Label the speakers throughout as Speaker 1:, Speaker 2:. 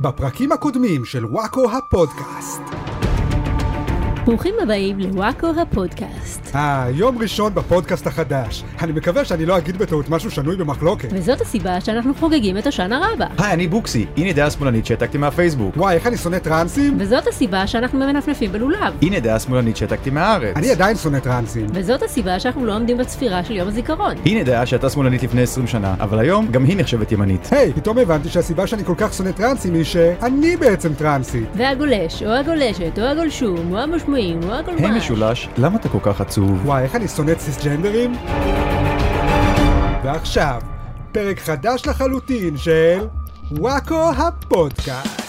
Speaker 1: בפרקים הקודמים של וואקו הפודקאסט.
Speaker 2: ברוכים הבאים לוואקו הפודקאסט.
Speaker 1: אה, יום ראשון בפודקאסט החדש. אני מקווה שאני לא אגיד בטעות משהו שנוי במחלוקת.
Speaker 2: וזאת הסיבה שאנחנו חוגגים את השנה רבה.
Speaker 3: היי, אני בוקסי, הנה דעה שמאלנית שהעתקתי מהפייסבוק.
Speaker 1: וואי, איך אני שונא טרנסים?
Speaker 2: וזאת הסיבה שאנחנו מנפנפים בלולב.
Speaker 3: הנה דעה שמאלנית שהעתקתי מהארץ.
Speaker 1: אני עדיין שונא טרנסים.
Speaker 2: וזאת הסיבה שאנחנו לא עומדים בצפירה של יום הזיכרון.
Speaker 3: הנה דעה שהייתה שמאלנית לפני 20 שנה, אבל היום גם היא נחשבת ימנית.
Speaker 1: היי, פתאום הבנתי שהסיבה שאני כל כך שונא טרנסים היא שאני בעצם טרנסית.
Speaker 2: והגולש, או הגולשת, או הגולשום, או המושמעים, או הגולמש.
Speaker 3: היי משולש, למה אתה כל כך עצוב?
Speaker 1: וואי, איך אני שונא סיסג'נדרים? ועכשיו, פרק חדש לחלוטין של וואקו הפודקאסט.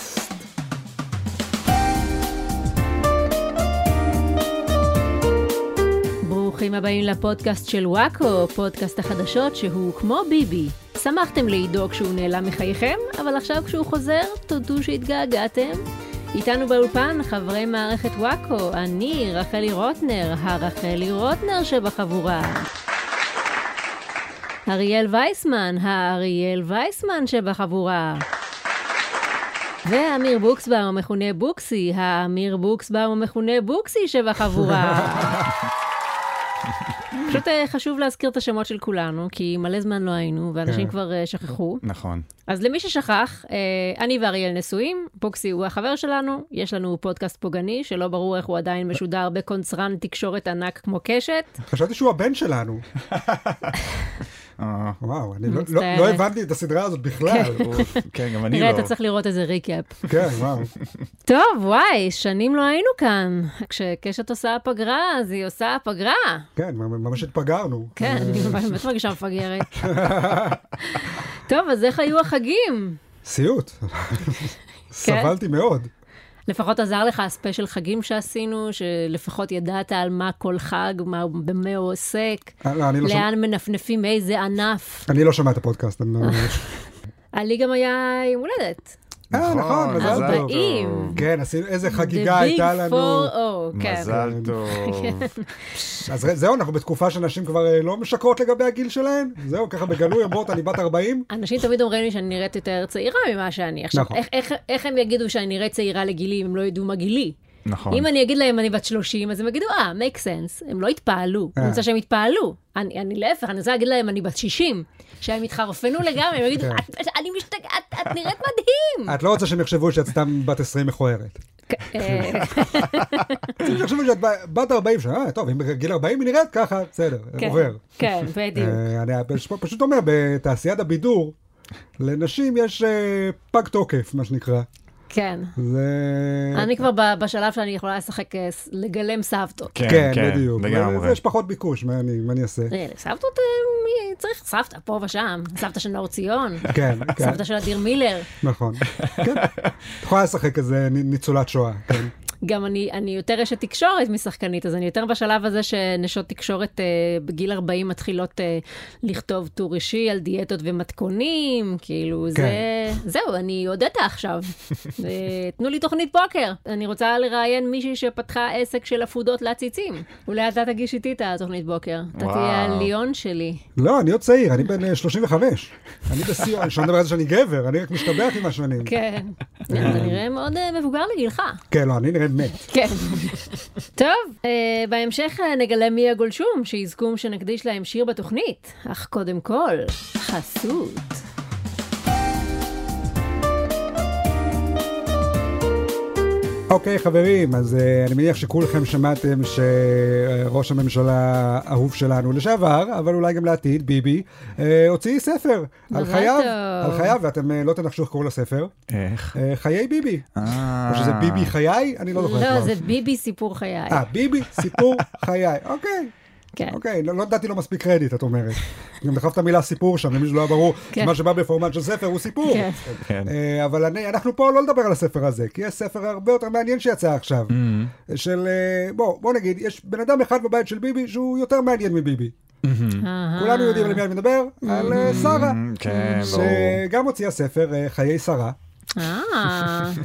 Speaker 2: ברוכים הבאים לפודקאסט של וואקו, פודקאסט החדשות שהוא כמו ביבי. שמחתם לעידו כשהוא נעלם מחייכם, אבל עכשיו כשהוא חוזר, תודו שהתגעגעתם. איתנו באולפן חברי מערכת וואקו, אני רחלי רוטנר, הרחלי רוטנר שבחבורה. אריאל וייסמן, האריאל וייסמן שבחבורה. ואמיר בוקסבאום המכונה בוקסי, האמיר בוקסבאום המכונה בוקסי שבחבורה. פשוט אה, חשוב להזכיר את השמות של כולנו, כי מלא זמן לא היינו, ואנשים
Speaker 1: כן.
Speaker 2: כבר אה, שכחו.
Speaker 3: נכון.
Speaker 2: אז למי ששכח, אה, אני ואריאל נשואים, בוקסי הוא החבר שלנו, יש לנו פודקאסט פוגעני, שלא ברור איך הוא עדיין משודר בקונצרן תקשורת ענק כמו קשת.
Speaker 1: חשבתי שהוא הבן שלנו.
Speaker 3: אה,
Speaker 1: וואו, אני לא- לא-
Speaker 2: מצטערת.
Speaker 1: לא הבנתי את הסדרה הזאת בכלל.
Speaker 3: אוף, כן, גם אני
Speaker 2: נראה,
Speaker 3: לא.
Speaker 2: אתה צריך לראות איזה ריקאפ.
Speaker 1: כן, וואו.
Speaker 2: טוב, וואי, שנים לא היינו כאן. כשקשת עושה פגרה, אז היא עושה פגרה.
Speaker 1: כן, ממש התפגרנו.
Speaker 2: כן, אני באמת מרגישה מפגרת. טוב, אז איך היו החגים?
Speaker 1: סיוט. סבלתי
Speaker 2: כן.
Speaker 1: מאוד.
Speaker 2: לפחות עזר לך הספיישל חגים שעשינו, שלפחות ידעת על מה כל חג, מה, במה הוא עוסק,
Speaker 1: אה, לא, אני לא שומע-
Speaker 2: לאן מנפנפים, איזה ענף.
Speaker 1: אני לא שומע את הפודקאסט, אני לא...
Speaker 2: אה, עלי גם היה יום הולדת.
Speaker 1: אה, נכון,
Speaker 3: נכון,
Speaker 1: מזל
Speaker 3: מזל
Speaker 1: טוב.
Speaker 3: טוב.
Speaker 2: 40.
Speaker 1: כן, עשינו, איזה חגיגה
Speaker 2: The big
Speaker 1: הייתה לנו.
Speaker 2: 4-0, כן.
Speaker 3: מזל טוב.
Speaker 1: אז ר- זהו, אנחנו בתקופה שנשים כבר אה, לא משקרות לגבי הגיל שלהן. זהו, ככה בגלוי אומרות, אני בת 40.
Speaker 2: אנשים תמיד אומרים לי שאני נראית יותר צעירה ממה שאני. עכשיו,
Speaker 1: נכון.
Speaker 2: איך- איך- איך הם יגידו שאני נראית צעירה לגילי אם הם לא ידעו מה גילי?
Speaker 3: נכון.
Speaker 2: אם אני אגיד להם אני בת 30, אז הם יגידו, אה, make sense, הם לא יתפעלו.
Speaker 1: אה.
Speaker 2: אני רוצה שהם יתפעלו. אני אני להפך, אני רוצה להגיד להם אני בת 60. שהם יתחרפנו לגמרי, הם יגידו,
Speaker 1: כן.
Speaker 2: "את- אני משתגעת, את נראית מדהים.
Speaker 1: את לא רוצה שהם יחשבו שאת סתם בת 20 מכוערת.
Speaker 2: אה, כן.
Speaker 1: הם יחשבו שאת ב- בת 40 שנה, אה, טוב, אם בגיל 40 היא נראית ככה, בסדר,
Speaker 2: כן,
Speaker 1: עובר.
Speaker 2: כן, בדיוק.
Speaker 1: אה, אני פש- פשוט אומר, בתעשיית הבידור, לנשים יש אה, פג תוקף, מה שנקרא.
Speaker 2: כן.
Speaker 1: זה... אה,
Speaker 2: אני כבר ב- בשלב שאני יכולה לשחק, אה, ס- לגלם סבתות.
Speaker 1: כן, בדיוק.
Speaker 3: לגמרי.
Speaker 1: יש פחות ביקוש, מה אני מה אני אעשה?
Speaker 2: אה, סבתות, אה, מי- צריך סבתא פה ושם, סבתא של נאור ציון,
Speaker 1: כן, כן,
Speaker 2: אה, סבתא של אדיר מילר.
Speaker 1: נכון. כן. את יכולה לשחק איזה נ- ניצולת שואה, כן.
Speaker 2: גם אני, אני יותר אשת תקשורת משחקנית, אז אני יותר בשלב הזה שנשות תקשורת אה, בגיל 40 מתחילות אה, לכתוב טור אישי על דיאטות ומתכונים, כאילו כן.
Speaker 1: כן.
Speaker 2: זה, זהו, אני הודית עכשיו. אה, תנו לי תוכנית בוקר. אני רוצה לראיין מישהי שפתחה עסק של עפודות לעציצים. אולי אתה תגיש איתי את התוכנית בוקר. אתה
Speaker 3: וואו.
Speaker 2: תהיה הליון שלי.
Speaker 1: לא, אני עוד צעיר, אני בן אה, 35. אני בסיום, אני שונה דבר על זה שאני גבר, אני רק משתבח עם השנים.
Speaker 2: כן. אתה נראה מאוד אה, מבוגר לגילך.
Speaker 1: כן, לא, אני נראה מת.
Speaker 2: כן. טוב, אה, בהמשך אה, נגלה מי הגולשום, שיזכום שנקדיש להם שיר בתוכנית. אך קודם כל, חסות.
Speaker 1: אוקיי, חברים, אז אה, אני מניח שכולכם שמעתם שראש הממשלה האהוב שלנו לשעבר, אבל אולי גם לעתיד, ביבי, אה, הוציא ספר על
Speaker 2: מזל
Speaker 1: חייו,
Speaker 2: טוב.
Speaker 1: על חייו, ואתם אה, לא תנחשו איך קוראים לספר.
Speaker 3: איך?
Speaker 1: אה, חיי ביבי.
Speaker 3: אה.
Speaker 1: או שזה ביבי חיי? אני לא זוכר.
Speaker 2: לא,
Speaker 1: כבר.
Speaker 2: זה ביבי סיפור חיי.
Speaker 1: אה, ביבי, סיפור חיי. אוקיי,
Speaker 2: כן.
Speaker 1: אוקיי, לא לא נתתי לו מספיק קרדיט, את אומרת. גם דחפת מילה סיפור שם, למי שלא היה ברור,
Speaker 2: כן.
Speaker 1: מה שבא בפורמט של ספר הוא סיפור.
Speaker 2: כן.
Speaker 3: כן.
Speaker 1: אה, אבל אני- אנחנו פה לא נדבר על הספר הזה, כי יש ספר הרבה יותר מעניין שיצא עכשיו. של, אה, בוא, בוא נגיד, יש בן אדם אחד בבית של ביבי שהוא יותר מעניין מביבי.
Speaker 2: אהה.
Speaker 1: כולנו יודעים על מי אני מדבר,
Speaker 2: Mm-hmm.
Speaker 1: על אה, שרה,
Speaker 3: כן, ברור.
Speaker 1: שגם הוציאה ספר, אה, חיי שרה,
Speaker 2: אה,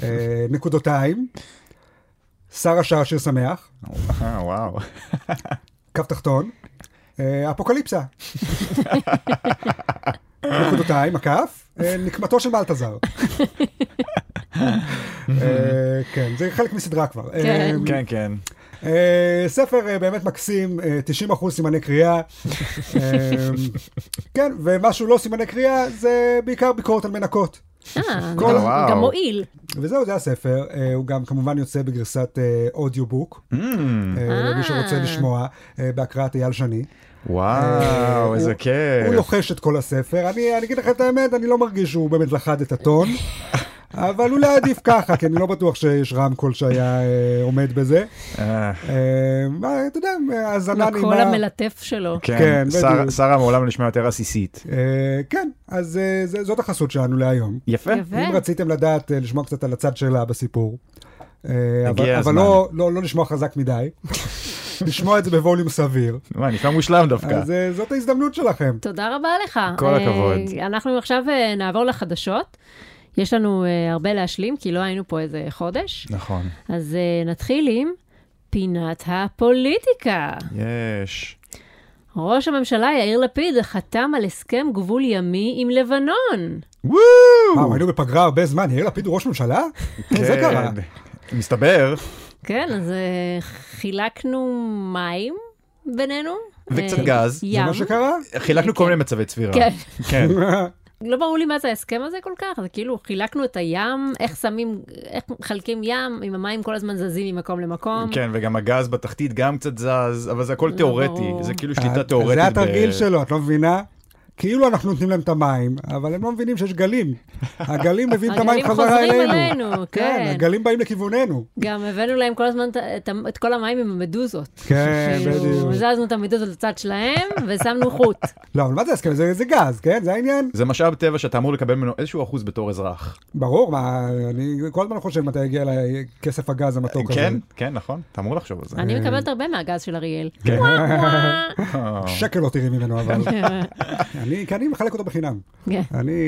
Speaker 1: אה, נקודותיים, שרה שר שיר שמח.
Speaker 3: אה, וואו.
Speaker 1: קו תחתון, אה, אפוקליפסה. נקודותיים, הכף, אה, נקמתו של מלטזר. אה, כן, זה חלק מסדרה כבר.
Speaker 2: כן.
Speaker 1: אה,
Speaker 3: כן, כן.
Speaker 1: אה, ספר אה, באמת מקסים, אה, 90% סימני קריאה. אה, כן, ומשהו לא סימני קריאה זה בעיקר ביקורת על מנקות.
Speaker 2: אה,
Speaker 1: כל-
Speaker 2: גם-
Speaker 3: וואו.
Speaker 2: גם מועיל.
Speaker 1: וזהו, זה הספר. אה, הוא גם כמובן יוצא בגרסת אה, אודיובוק, אה, למי שרוצה
Speaker 2: אה.
Speaker 1: לשמוע, אה, בהקראת אייל שני.
Speaker 3: וואו, איזה
Speaker 1: אה, הוא- הוא
Speaker 3: כיף.
Speaker 1: יוחש את כל הספר. אני אני אגיד לך את האמת, אני לא מרגיש שהוא באמת לחד את הטון. אבל אולי עדיף ככה, כי אני לא בטוח שיש רמקול שהיה אה, עומד בזה.
Speaker 3: אה,
Speaker 1: אה, מה, אתה יודע, האזנה נעימה.
Speaker 2: הקול המלטף שלו.
Speaker 1: כן,
Speaker 3: כן,
Speaker 1: בדיוק.
Speaker 3: שרה- שרה מעולם נשמע יותר עסיסית.
Speaker 1: אה, כן, אז אה, זה- זאת החסות שלנו להיום.
Speaker 3: יפה.
Speaker 2: יפה.
Speaker 1: אם רציתם לדעת, אה, לשמוע קצת על הצד שלה בסיפור. אה, אבל-
Speaker 3: הגיע
Speaker 1: אבל
Speaker 3: הזמן.
Speaker 1: לא- לא לא לשמוע חזק מדי, לשמוע את זה בווליום סביר.
Speaker 3: מה, נשמע מושלם דווקא.
Speaker 1: אז אה, זאת ההזדמנות שלכם.
Speaker 2: תודה רבה לך.
Speaker 3: כל הכבוד.
Speaker 2: אה, אנחנו עכשיו אה, נעבור לחדשות. יש לנו אה, הרבה להשלים, כי לא היינו פה איזה חודש.
Speaker 3: נכון.
Speaker 2: אז אה, נתחיל עם פינת הפוליטיקה.
Speaker 3: יש.
Speaker 2: ראש הממשלה יאיר לפיד חתם על הסכם גבול ימי עם לבנון.
Speaker 1: וואו,
Speaker 3: וואו!
Speaker 1: היינו בפגרה הרבה זמן, יאיר לפיד הוא ראש ממשלה? זה קרה.
Speaker 3: כן. מסתבר,
Speaker 2: כן, אז אה, חילקנו מים בינינו.
Speaker 3: וקצת
Speaker 2: אה,
Speaker 3: גז. זה
Speaker 1: זה
Speaker 2: ים.
Speaker 1: מה שקרה?
Speaker 3: חילקנו כל מיני מצבי צבירה.
Speaker 2: כן.
Speaker 3: כן.
Speaker 2: לא ברור לי מה זה ההסכם הזה כל כך, זה כאילו חילקנו את הים, איך שמים, איך מחלקים ים, אם המים כל הזמן זזים ממקום למקום.
Speaker 3: כן, וגם הגז בתחתית גם קצת זז, אבל זה הכל
Speaker 2: לא,
Speaker 3: תיאורטי,
Speaker 2: ברור.
Speaker 3: זה כאילו
Speaker 1: אז
Speaker 3: שליטה תיאורטית.
Speaker 1: אה, זה
Speaker 3: ב-
Speaker 1: התרגיל שלו, את לא מבינה? כאילו אנחנו נותנים להם את המים, אבל הם לא מבינים שיש גלים. הגלים מביאים את המים
Speaker 2: הגלים
Speaker 1: חזרה
Speaker 2: חוזרים
Speaker 1: אלינו.
Speaker 2: אלינו,
Speaker 1: כן,
Speaker 2: כן.
Speaker 1: הגלים באים לכיווננו.
Speaker 2: גם הבאנו להם כל הזמן את- את ה- את כל המים עם המדוזות.
Speaker 1: כן,
Speaker 2: כאילו,
Speaker 1: בדיוק.
Speaker 2: זזנו את המדוזות לצד שלהם ושמנו חוט.
Speaker 1: לא, אבל מה זה הסכם? זה זה גז, כן? זה העניין?
Speaker 3: זה משאב טבע שאתה אמור לקבל ממנו איזשהו אחוז בתור אזרח.
Speaker 1: ברור, מה, אני כל הזמן חושב מתי יגיע אליי כסף הגז המתוק הזה.
Speaker 3: כן, כן, נכון, אתה אמור לחשוב על זה.
Speaker 2: אני מקבלת הרבה מהגז של אריאל.
Speaker 3: כן.
Speaker 2: וואו, וואו.
Speaker 3: אה,
Speaker 1: שקל לא תראי ממנו, אבל. אני, כי אני מחלק אותו בחינם.
Speaker 2: כן.
Speaker 1: אני,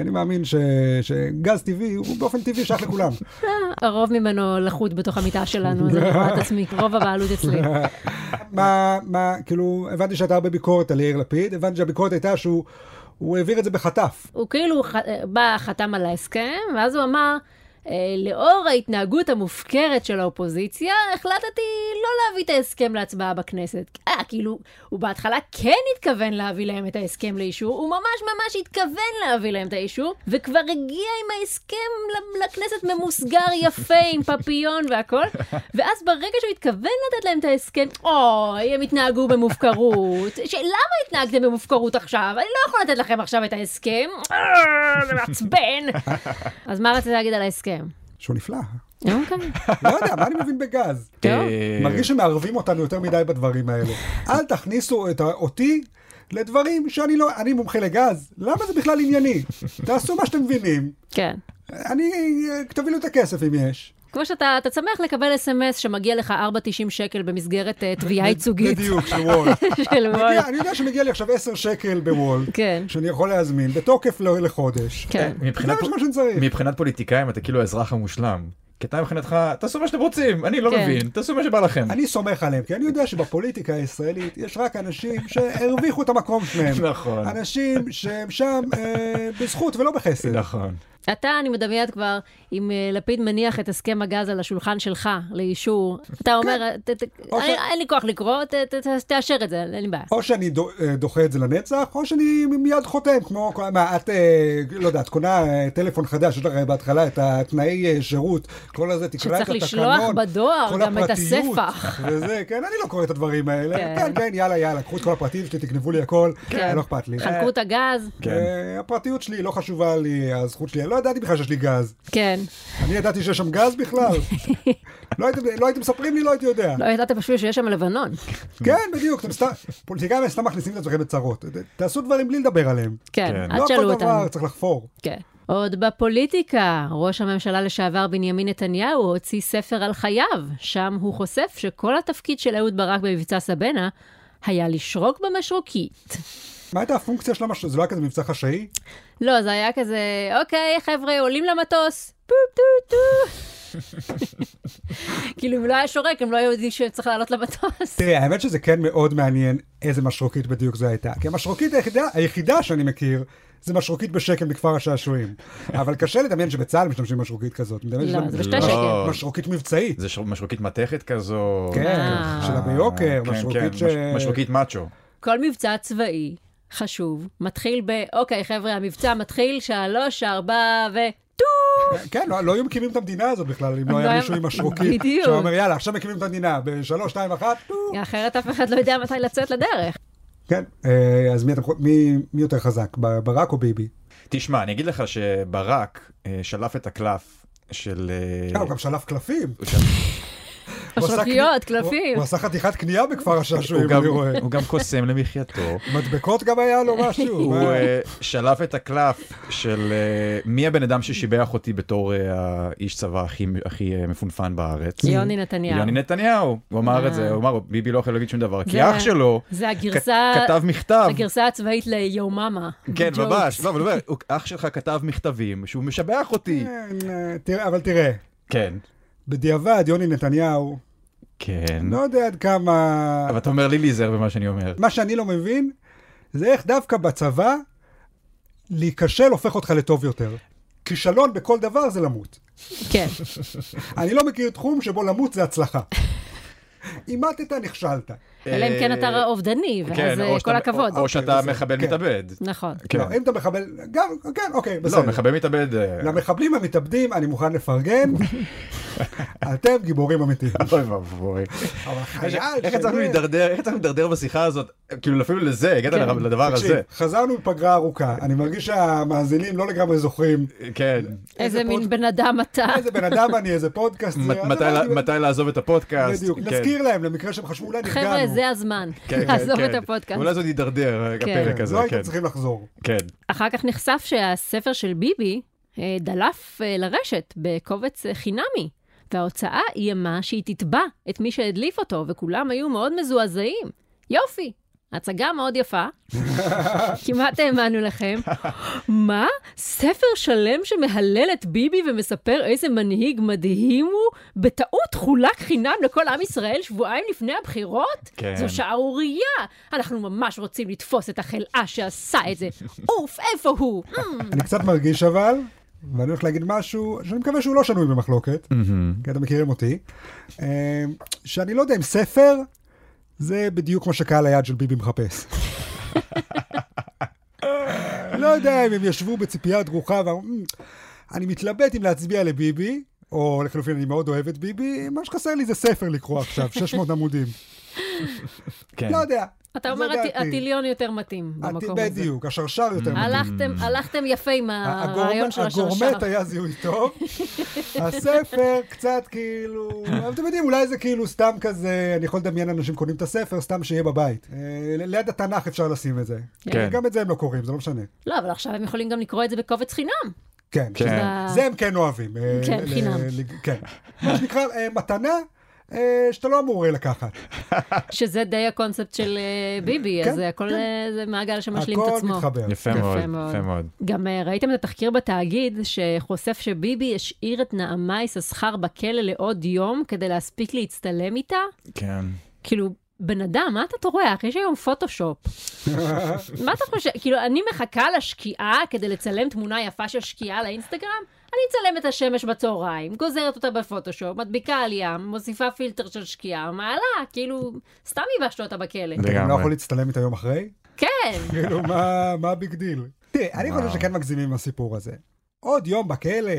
Speaker 1: אני מאמין ש, שגז טבעי הוא באופן טבעי שייך לכולם.
Speaker 2: הרוב ממנו לחוט בתוך המיטה שלנו, אז אני רואה את עצמי, רוב הבעלות אצלי.
Speaker 1: מה, מה, כאילו, הבנתי שהייתה הרבה ביקורת על יאיר לפיד, הבנתי שהביקורת הייתה שהוא הוא העביר את זה בחטף.
Speaker 2: הוא כאילו ח... בא, חתם על ההסכם, ואז הוא אמר, "אה, לאור ההתנהגות המופקרת של האופוזיציה, החלטתי לא להביא את ההסכם להצבעה בכנסת. אה, כאילו, הוא בהתחלה כן התכוון להביא להם את ההסכם לאישור, הוא ממש ממש התכוון להביא להם את האישור, וכבר הגיע עם ההסכם ל- לכנסת ממוסגר יפה עם פפיון והכל, ואז ברגע שהוא התכוון לתת להם את ההסכם, אוי, הם התנהגו במופקרות. ש... למה התנהגתם במופקרות עכשיו? אני לא יכול לתת לכם עכשיו את ההסכם. אה, זה מעצבן. אז מה רצית להגיד על ההסכם?
Speaker 1: שהוא נפלא.
Speaker 2: אוקיי.
Speaker 1: לא יודע, מה אני מבין בגז?
Speaker 2: טוב.
Speaker 3: אה,
Speaker 1: מרגיש שמערבים אותנו יותר מדי בדברים האלה. אל תכניסו את ה- אותי לדברים שאני לא, אני מומחה לגז, למה זה בכלל ענייני? תעשו מה שאתם מבינים,
Speaker 2: כן.
Speaker 1: אני, תביאו לי את הכסף אם יש.
Speaker 2: כמו שאתה אתה שמח לקבל אס.אם.אס שמגיע לך 4.90 שקל במסגרת אה, תביעה ייצוגית
Speaker 1: בדיוק, של וולט.
Speaker 2: של וולט.
Speaker 1: מגיע- אני יודע שמגיע לי עכשיו 10 שקל בוולט,
Speaker 2: כן.
Speaker 1: שאני יכול להזמין, בתוקף ל- לחודש.
Speaker 2: כן.
Speaker 1: זה
Speaker 3: מבחינת פו-
Speaker 1: מה שאני צריך.
Speaker 3: מבחינת פוליטיקאים אתה כאילו האזרח המושלם. כי אתה מבחינתך, תעשו מה שאתם רוצים, אני לא
Speaker 2: כן.
Speaker 3: מבין, תעשו מה שבא לכם.
Speaker 1: אני סומך עליהם, כי אני יודע שבפוליטיקה הישראלית יש רק אנשים שהרוויחו את המקום שלהם.
Speaker 3: נכון.
Speaker 1: אנשים שהם שם אה, בזכות ולא בחסד.
Speaker 3: נכון.
Speaker 2: אתה, אני מדמיינת כבר, אם אה, לפיד מניח את הסכם הגז על השולחן שלך לאישור, אתה אומר, "ת- ת-
Speaker 1: כן. או ש-
Speaker 2: "אני- אין לי כוח לקרוא, ת- ת- ת- תאשר את זה, אין לי בעיה.
Speaker 1: או שאני דו- אה, דוחה את זה לנצח, או שאני מיד חותם, כמו, מה, את, אה, לא יודע, את קונה אה, טלפון חדש, יש לך אה, בהתחלה את התנאי אה, שירות, כל הזה, תקרא את התקנון.
Speaker 2: שצריך לשלוח בדואר
Speaker 1: כל
Speaker 2: גם את
Speaker 1: הפרטיות,
Speaker 2: הספח.
Speaker 1: וזה, כן, אני לא קורא את הדברים האלה.
Speaker 2: כן.
Speaker 1: כן, כן, יאללה, יאללה, קחו את כל הפרטים שלי, תגנבו לי הכל,
Speaker 2: כן.
Speaker 1: לא אכפת לי.
Speaker 2: חלקו את הגז,
Speaker 3: כן.
Speaker 1: אה, הפרטיות שלי לא חשובה לי, הזכות שלי, לא ידעתי בכלל שיש לי גז.
Speaker 2: כן.
Speaker 1: אני ידעתי שיש שם גז בכלל. לא הייתם- לא הייתם מספרים לי, לא הייתי יודע.
Speaker 2: לא ידעת פשוט שיש שם לבנון.
Speaker 1: כן, בדיוק, אתם סתם, פוליטיקאים הם סתם מכניסים את עצמכם בצרות. ת- תעשו דברים בלי לדבר עליהם.
Speaker 2: כן,
Speaker 3: כן.
Speaker 2: אל
Speaker 1: לא
Speaker 2: תשאלו
Speaker 1: כל
Speaker 2: אותנו.
Speaker 1: דבר צריך לחפור.
Speaker 2: כן. עוד בפוליטיקה, ראש הממשלה לשעבר בנימין נתניהו הוציא ספר על חייו, שם הוא חושף שכל התפקיד של אהוד ברק במבצע סבנה היה לשרוק במשרוקית.
Speaker 1: מה הייתה הפונקציה של המשהו? זה לא היה כזה מבצע חשאי?
Speaker 2: לא, זה היה כזה, אוקיי, חבר'ה, עולים למטוס. פופ טו טו. כאילו, אם לא היה שורק, הם לא היו יודעים שצריך לעלות למטוס.
Speaker 1: תראי, האמת שזה כן מאוד מעניין איזה משרוקית בדיוק זו הייתה. כי המשרוקית היחידה, היחידה שאני מכיר, זה משרוקית בשקל מכפר השעשועים. אבל קשה לדמיין שבצה"ל משתמשים במשרוקית כזאת. מדמיין
Speaker 2: לא,
Speaker 1: שזה
Speaker 2: זה בשתי
Speaker 3: לא.
Speaker 2: שקל.
Speaker 1: משרוקית מבצעית.
Speaker 3: זה ש- משרוקית מתכת כזו.
Speaker 1: כן,
Speaker 2: אה.
Speaker 1: שלה ביוקר,
Speaker 3: נכון. כן,
Speaker 1: משרוקית
Speaker 3: כן,
Speaker 1: ש...
Speaker 3: מש- משרוקית מאצ'ו.
Speaker 2: כל מבצע צבאי חשוב מתחיל ב, אוקיי, חבר'ה, המבצע מתחיל, שלוש, ארבע ו... טו!
Speaker 1: כן, לא- לא היו מקימים את המדינה הזאת בכלל, אם לא
Speaker 2: לא
Speaker 1: היה
Speaker 2: היה-
Speaker 1: מישהו עם משרוקית.
Speaker 2: בדיוק.
Speaker 1: שאומר, יאללה, עכשיו מקימים את המדינה, בשלוש, שתיים, אחת, טו.
Speaker 2: אחרת אף אחד לא יודע מתי לצאת לדרך.
Speaker 1: כן, אה, אז מי אתם חו- מי- מי יותר חזק, ב- ברק או
Speaker 3: אה.
Speaker 1: ביבי?
Speaker 3: תשמע, אני אגיד לך שברק אה, שלף את הקלף של... אה,
Speaker 1: כן, הוא גם שלף קלפים.
Speaker 3: הוא שלף-
Speaker 1: הוא עשה
Speaker 2: משרוקיות,
Speaker 1: קני-
Speaker 2: קלפים.
Speaker 1: הוא- הוא עשה חתיכת קנייה בכפר
Speaker 3: הוא
Speaker 1: השעשועים,
Speaker 3: גם-
Speaker 1: אני רואה.
Speaker 3: הוא גם קוסם למחייתו.
Speaker 1: מדבקות גם היה לו משהו.
Speaker 3: הוא
Speaker 1: מה?
Speaker 3: אה, שלף את הקלף של אה, מי הבן אדם ששיבח אותי בתור אה, האיש צבא הכי- הכי אה, מפונפן בארץ.
Speaker 2: יוני נתניהו.
Speaker 3: יוני נתניהו. הוא אמר את זה,
Speaker 2: אה.
Speaker 3: הוא אמר, ביבי לא יכול להגיד שום דבר, כי
Speaker 2: זה-
Speaker 3: אח שלו
Speaker 2: זה
Speaker 3: כ-
Speaker 2: הגרסה...
Speaker 3: כתב מכתב.
Speaker 2: הגרסה הצבאית ליו מאמה.
Speaker 3: כן,
Speaker 2: ג'וקס.
Speaker 3: ממש, לא, אבל הוא אומר, הוא- אח שלך כתב מכתבים שהוא משבח אותי.
Speaker 1: כן, אה, תראה- אבל תראה,
Speaker 3: כן.
Speaker 1: בדיעבד יוני נתניהו,
Speaker 3: כן.
Speaker 1: לא יודע עד כמה...
Speaker 3: אבל אתה אומר לי להיזהר במה שאני אומר.
Speaker 1: מה שאני לא מבין, זה איך דווקא בצבא, להיכשל הופך אותך לטוב יותר. כישלון בכל דבר זה למות.
Speaker 2: כן.
Speaker 1: אני לא מכיר תחום שבו למות זה הצלחה. אימדת, נכשלת.
Speaker 2: אלא אם כן אתה
Speaker 3: אה,
Speaker 2: אובדני, ואז
Speaker 3: כן,
Speaker 2: אה,
Speaker 3: או
Speaker 2: כל
Speaker 3: שאתה-
Speaker 2: הכבוד.
Speaker 3: או- או שאתה
Speaker 1: בסדר.
Speaker 3: מחבל
Speaker 1: כן.
Speaker 3: מתאבד.
Speaker 2: נכון.
Speaker 3: כן.
Speaker 1: לא, אם אתה מחבל, גם, כן, אוקיי, בסדר. לא,
Speaker 3: לא, מחבל מתאבד. אה,
Speaker 1: למחבלים המתאבדים אני מוכן לפרגן, אתם גיבורים אמיתיים.
Speaker 3: אוי ואבוי.
Speaker 1: אבל
Speaker 3: איך-
Speaker 1: חייל
Speaker 3: איך הצלחנו
Speaker 1: שני-
Speaker 3: להידרדר, איך הצלחנו להידרדר בשיחה הזאת, כאילו אפילו לזה, הגעת
Speaker 2: כן.
Speaker 3: לר- לדבר
Speaker 1: תקשיב,
Speaker 3: הזה.
Speaker 1: חזרנו מפגרה ארוכה, אני מרגיש שהמאזינים לא לגמרי זוכרים
Speaker 3: כן.
Speaker 2: איזה מין
Speaker 1: פוד-
Speaker 2: בן אדם אתה.
Speaker 1: איזה בן אדם אני, איזה פודקאסט. זה,
Speaker 3: מ-
Speaker 1: אז
Speaker 3: מתי לה-
Speaker 1: אמרתי,
Speaker 3: מתי לעזוב את הפודקאסט.
Speaker 1: בדיוק,
Speaker 3: כן.
Speaker 1: נזכיר להם למקרה שהם חשבו אולי נרגענו.
Speaker 2: חבר'ה, זה הזמן.
Speaker 3: כן, כן,
Speaker 2: לעזוב
Speaker 3: כן.
Speaker 2: את הפודקאסט.
Speaker 3: אולי זה עוד יידרדר,
Speaker 2: כן.
Speaker 3: הפרק הזה,
Speaker 1: לא הייתם
Speaker 3: כן.
Speaker 1: צריכים לחזור.
Speaker 2: Mm.
Speaker 3: כן.
Speaker 2: אחר כך נחשף שהספר של ביבי אה, דלף אה, לרשת בקובץ אה, חינמי, וההוצאה איימה שהיא תתבע את מי שהדליף אותו, וכולם היו מאוד מזועזעים. יופי, הצגה מאוד יפה. כמעט האמנו לכם. מה? ספר שלם שמהלל את ביבי ומספר איזה מנהיג מדהים הוא? בטעות חולק חינם לכל עם ישראל שבועיים לפני הבחירות?
Speaker 3: כן.
Speaker 2: זו שערורייה! אנחנו ממש רוצים לתפוס את החלאה שעשה את זה. אוף, איפה הוא?
Speaker 1: אני קצת מרגיש אבל, ואני הולך להגיד משהו שאני מקווה שהוא לא שנוי במחלוקת,
Speaker 3: Mm-hmm.
Speaker 1: כי אתם מכירים אותי, אה, שאני לא יודע אם ספר זה בדיוק מה שקהל היד של ביבי מחפש. לא יודע אם הם ישבו בציפייה דרוכה ואמרו, "מ, אני מתלבט אם להצביע לביבי, או לחלופין, אני מאוד אוהב את ביבי, מה שחסר לי זה ספר לקרוא עכשיו, 600 עמודים.
Speaker 3: כן.
Speaker 1: לא יודע.
Speaker 2: אתה
Speaker 1: זו
Speaker 2: אומר,
Speaker 1: דעתי.
Speaker 2: "הט- הטיליון יותר מתאים במקום
Speaker 1: הת-
Speaker 2: הזה.
Speaker 1: בדיוק, השרשר יותר מתאים.
Speaker 2: הלכתם,
Speaker 3: Mm.
Speaker 2: הלכתם יפה עם הרעיון של השרשר.
Speaker 1: הגורמט היה זיהוי טוב, הספר קצת כאילו, אבל אתם יודעים, אולי זה כאילו סתם כזה, אני יכול לדמיין אנשים קונים את הספר, סתם שיהיה בבית. אה, ל- ליד התנ"ך אפשר לשים את זה.
Speaker 3: כן.
Speaker 1: גם את זה הם לא קוראים, זה לא משנה.
Speaker 2: לא, אבל עכשיו הם יכולים גם לקרוא את זה בקובץ חינם.
Speaker 1: כן,
Speaker 3: כן.
Speaker 1: שזה- זה הם כן אוהבים. אה,
Speaker 2: כן,
Speaker 1: ל-
Speaker 2: חינם.
Speaker 1: ל- כן. מה שנקרא, אה, מתנה. אה, שאתה לא אמור אה, לקחת.
Speaker 2: שזה די הקונספט של אה, ביבי,
Speaker 1: כן,
Speaker 2: אז זה הכל
Speaker 1: כן.
Speaker 2: אה, זה מעגל שמשלים את
Speaker 1: הכל
Speaker 2: עצמו.
Speaker 1: מתחבר.
Speaker 3: כן. יפה
Speaker 2: יפה
Speaker 3: מאוד,
Speaker 2: מאוד.
Speaker 3: יפה מאוד.
Speaker 2: גם אה, ראיתם את התחקיר בתאגיד שחושף שביבי השאיר את נעמה יששכר בכלא לעוד יום כדי להספיק להצטלם איתה?
Speaker 3: כן.
Speaker 2: כאילו, בן אדם, מה אתה טורח? יש היום פוטושופ. מה אתה חושב? כאילו, אני מחכה לשקיעה כדי לצלם תמונה יפה של שקיעה לאינסטגרם? אני אצלם את השמש בצהריים, גוזרת אותה בפוטושופ, מדביקה על ים, מוסיפה פילטר של שקיעה, מעלה, כאילו, סתם ייבשת אותה בכלא.
Speaker 1: אתה גם לא
Speaker 3: לגמרי.
Speaker 1: יכול להצטלם איתה יום אחרי?
Speaker 2: כן,
Speaker 1: כאילו, מה- מה הביג דיל? תראה, אני חושב
Speaker 3: וואו.
Speaker 1: שכן מגזימים עם הסיפור הזה. עוד יום בכלא,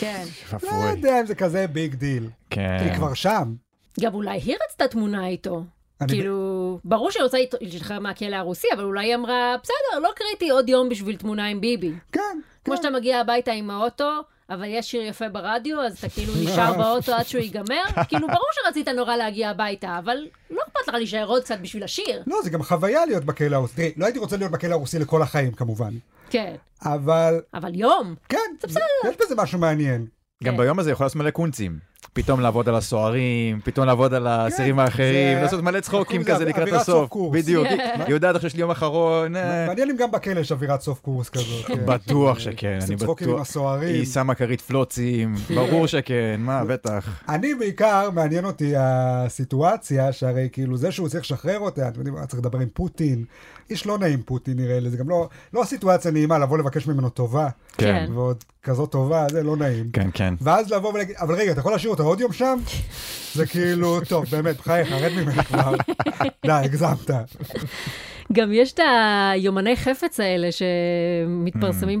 Speaker 2: כן.
Speaker 1: לא
Speaker 3: אפוי.
Speaker 1: יודע אם זה כזה ביג דיל.
Speaker 3: כן.
Speaker 1: היא כבר שם.
Speaker 2: גם אולי היא רצתה תמונה איתו.
Speaker 1: אני-
Speaker 2: כאילו, ברור שהיא רוצה להת- להשתחרר מהכלא הרוסי, אבל אולי היא אמרה, בסדר, לא קריטי עוד יום בשביל תמונה עם ביבי.
Speaker 1: כן,
Speaker 2: כמו שאתה מגיע הביתה עם האוטו, אבל יש שיר יפה ברדיו, אז אתה כאילו נשאר באוטו עד שהוא ייגמר. כאילו, ברור שרצית נורא להגיע הביתה, אבל לא אכפת לך להישאר עוד קצת בשביל השיר.
Speaker 1: לא, זה גם חוויה להיות בכלא הרוסי. תראי, לא הייתי רוצה להיות בכלא הרוסי לכל החיים, כמובן.
Speaker 2: כן.
Speaker 1: אבל,
Speaker 2: אבל יום.
Speaker 1: כן, זה- יש בזה משהו מעניין.
Speaker 3: גם
Speaker 2: כן.
Speaker 3: ביום הזה יכול לעשות מלא קונצים. פתאום לעבוד על הסוהרים, פתאום לעבוד על האסירים האחרים,
Speaker 1: כן, זה-
Speaker 3: לעשות מלא צחוקים
Speaker 1: קוראים לזה
Speaker 3: כזה לקראת
Speaker 1: אווירת סוף
Speaker 3: הסוף.
Speaker 1: קורס. כן.
Speaker 3: בדיוק, היא- היא יודעת עכשיו שיש לי יום אחרון. אה,
Speaker 1: מעניין אם גם בכלא יש אווירת סוף קורס כזאת. כן.
Speaker 3: בטוח שכן,
Speaker 1: עושים
Speaker 3: אני
Speaker 1: צחוקים עם
Speaker 3: בטוח.
Speaker 1: הסוהרים. כן.
Speaker 3: היא שמה כרית פלוצים, ברור שכן, מה, בטח.
Speaker 1: אני בעיקר, מעניין אותי הסיטואציה, שהרי כאילו זה שהוא צריך לשחרר אותה, אתם יודעים, היה צריך לדבר עם פוטין. איש לא נעים פוטין נראה לי, זה גם לא, לא סיטואציה נעימה לבוא לבקש ממנו טובה,
Speaker 2: כן.
Speaker 1: ועוד כזאת טובה, זה לא נעים.
Speaker 3: כן, כן.
Speaker 1: ואז לבוא ולהגיד, אבל רגע, אתה יכול להשאיר אותה עוד יום שם? זה כאילו, טוב, באמת, בחייך, רד ממנה כבר. די, הגזמת.
Speaker 2: גם יש את היומני חפץ האלה שמתפרסמים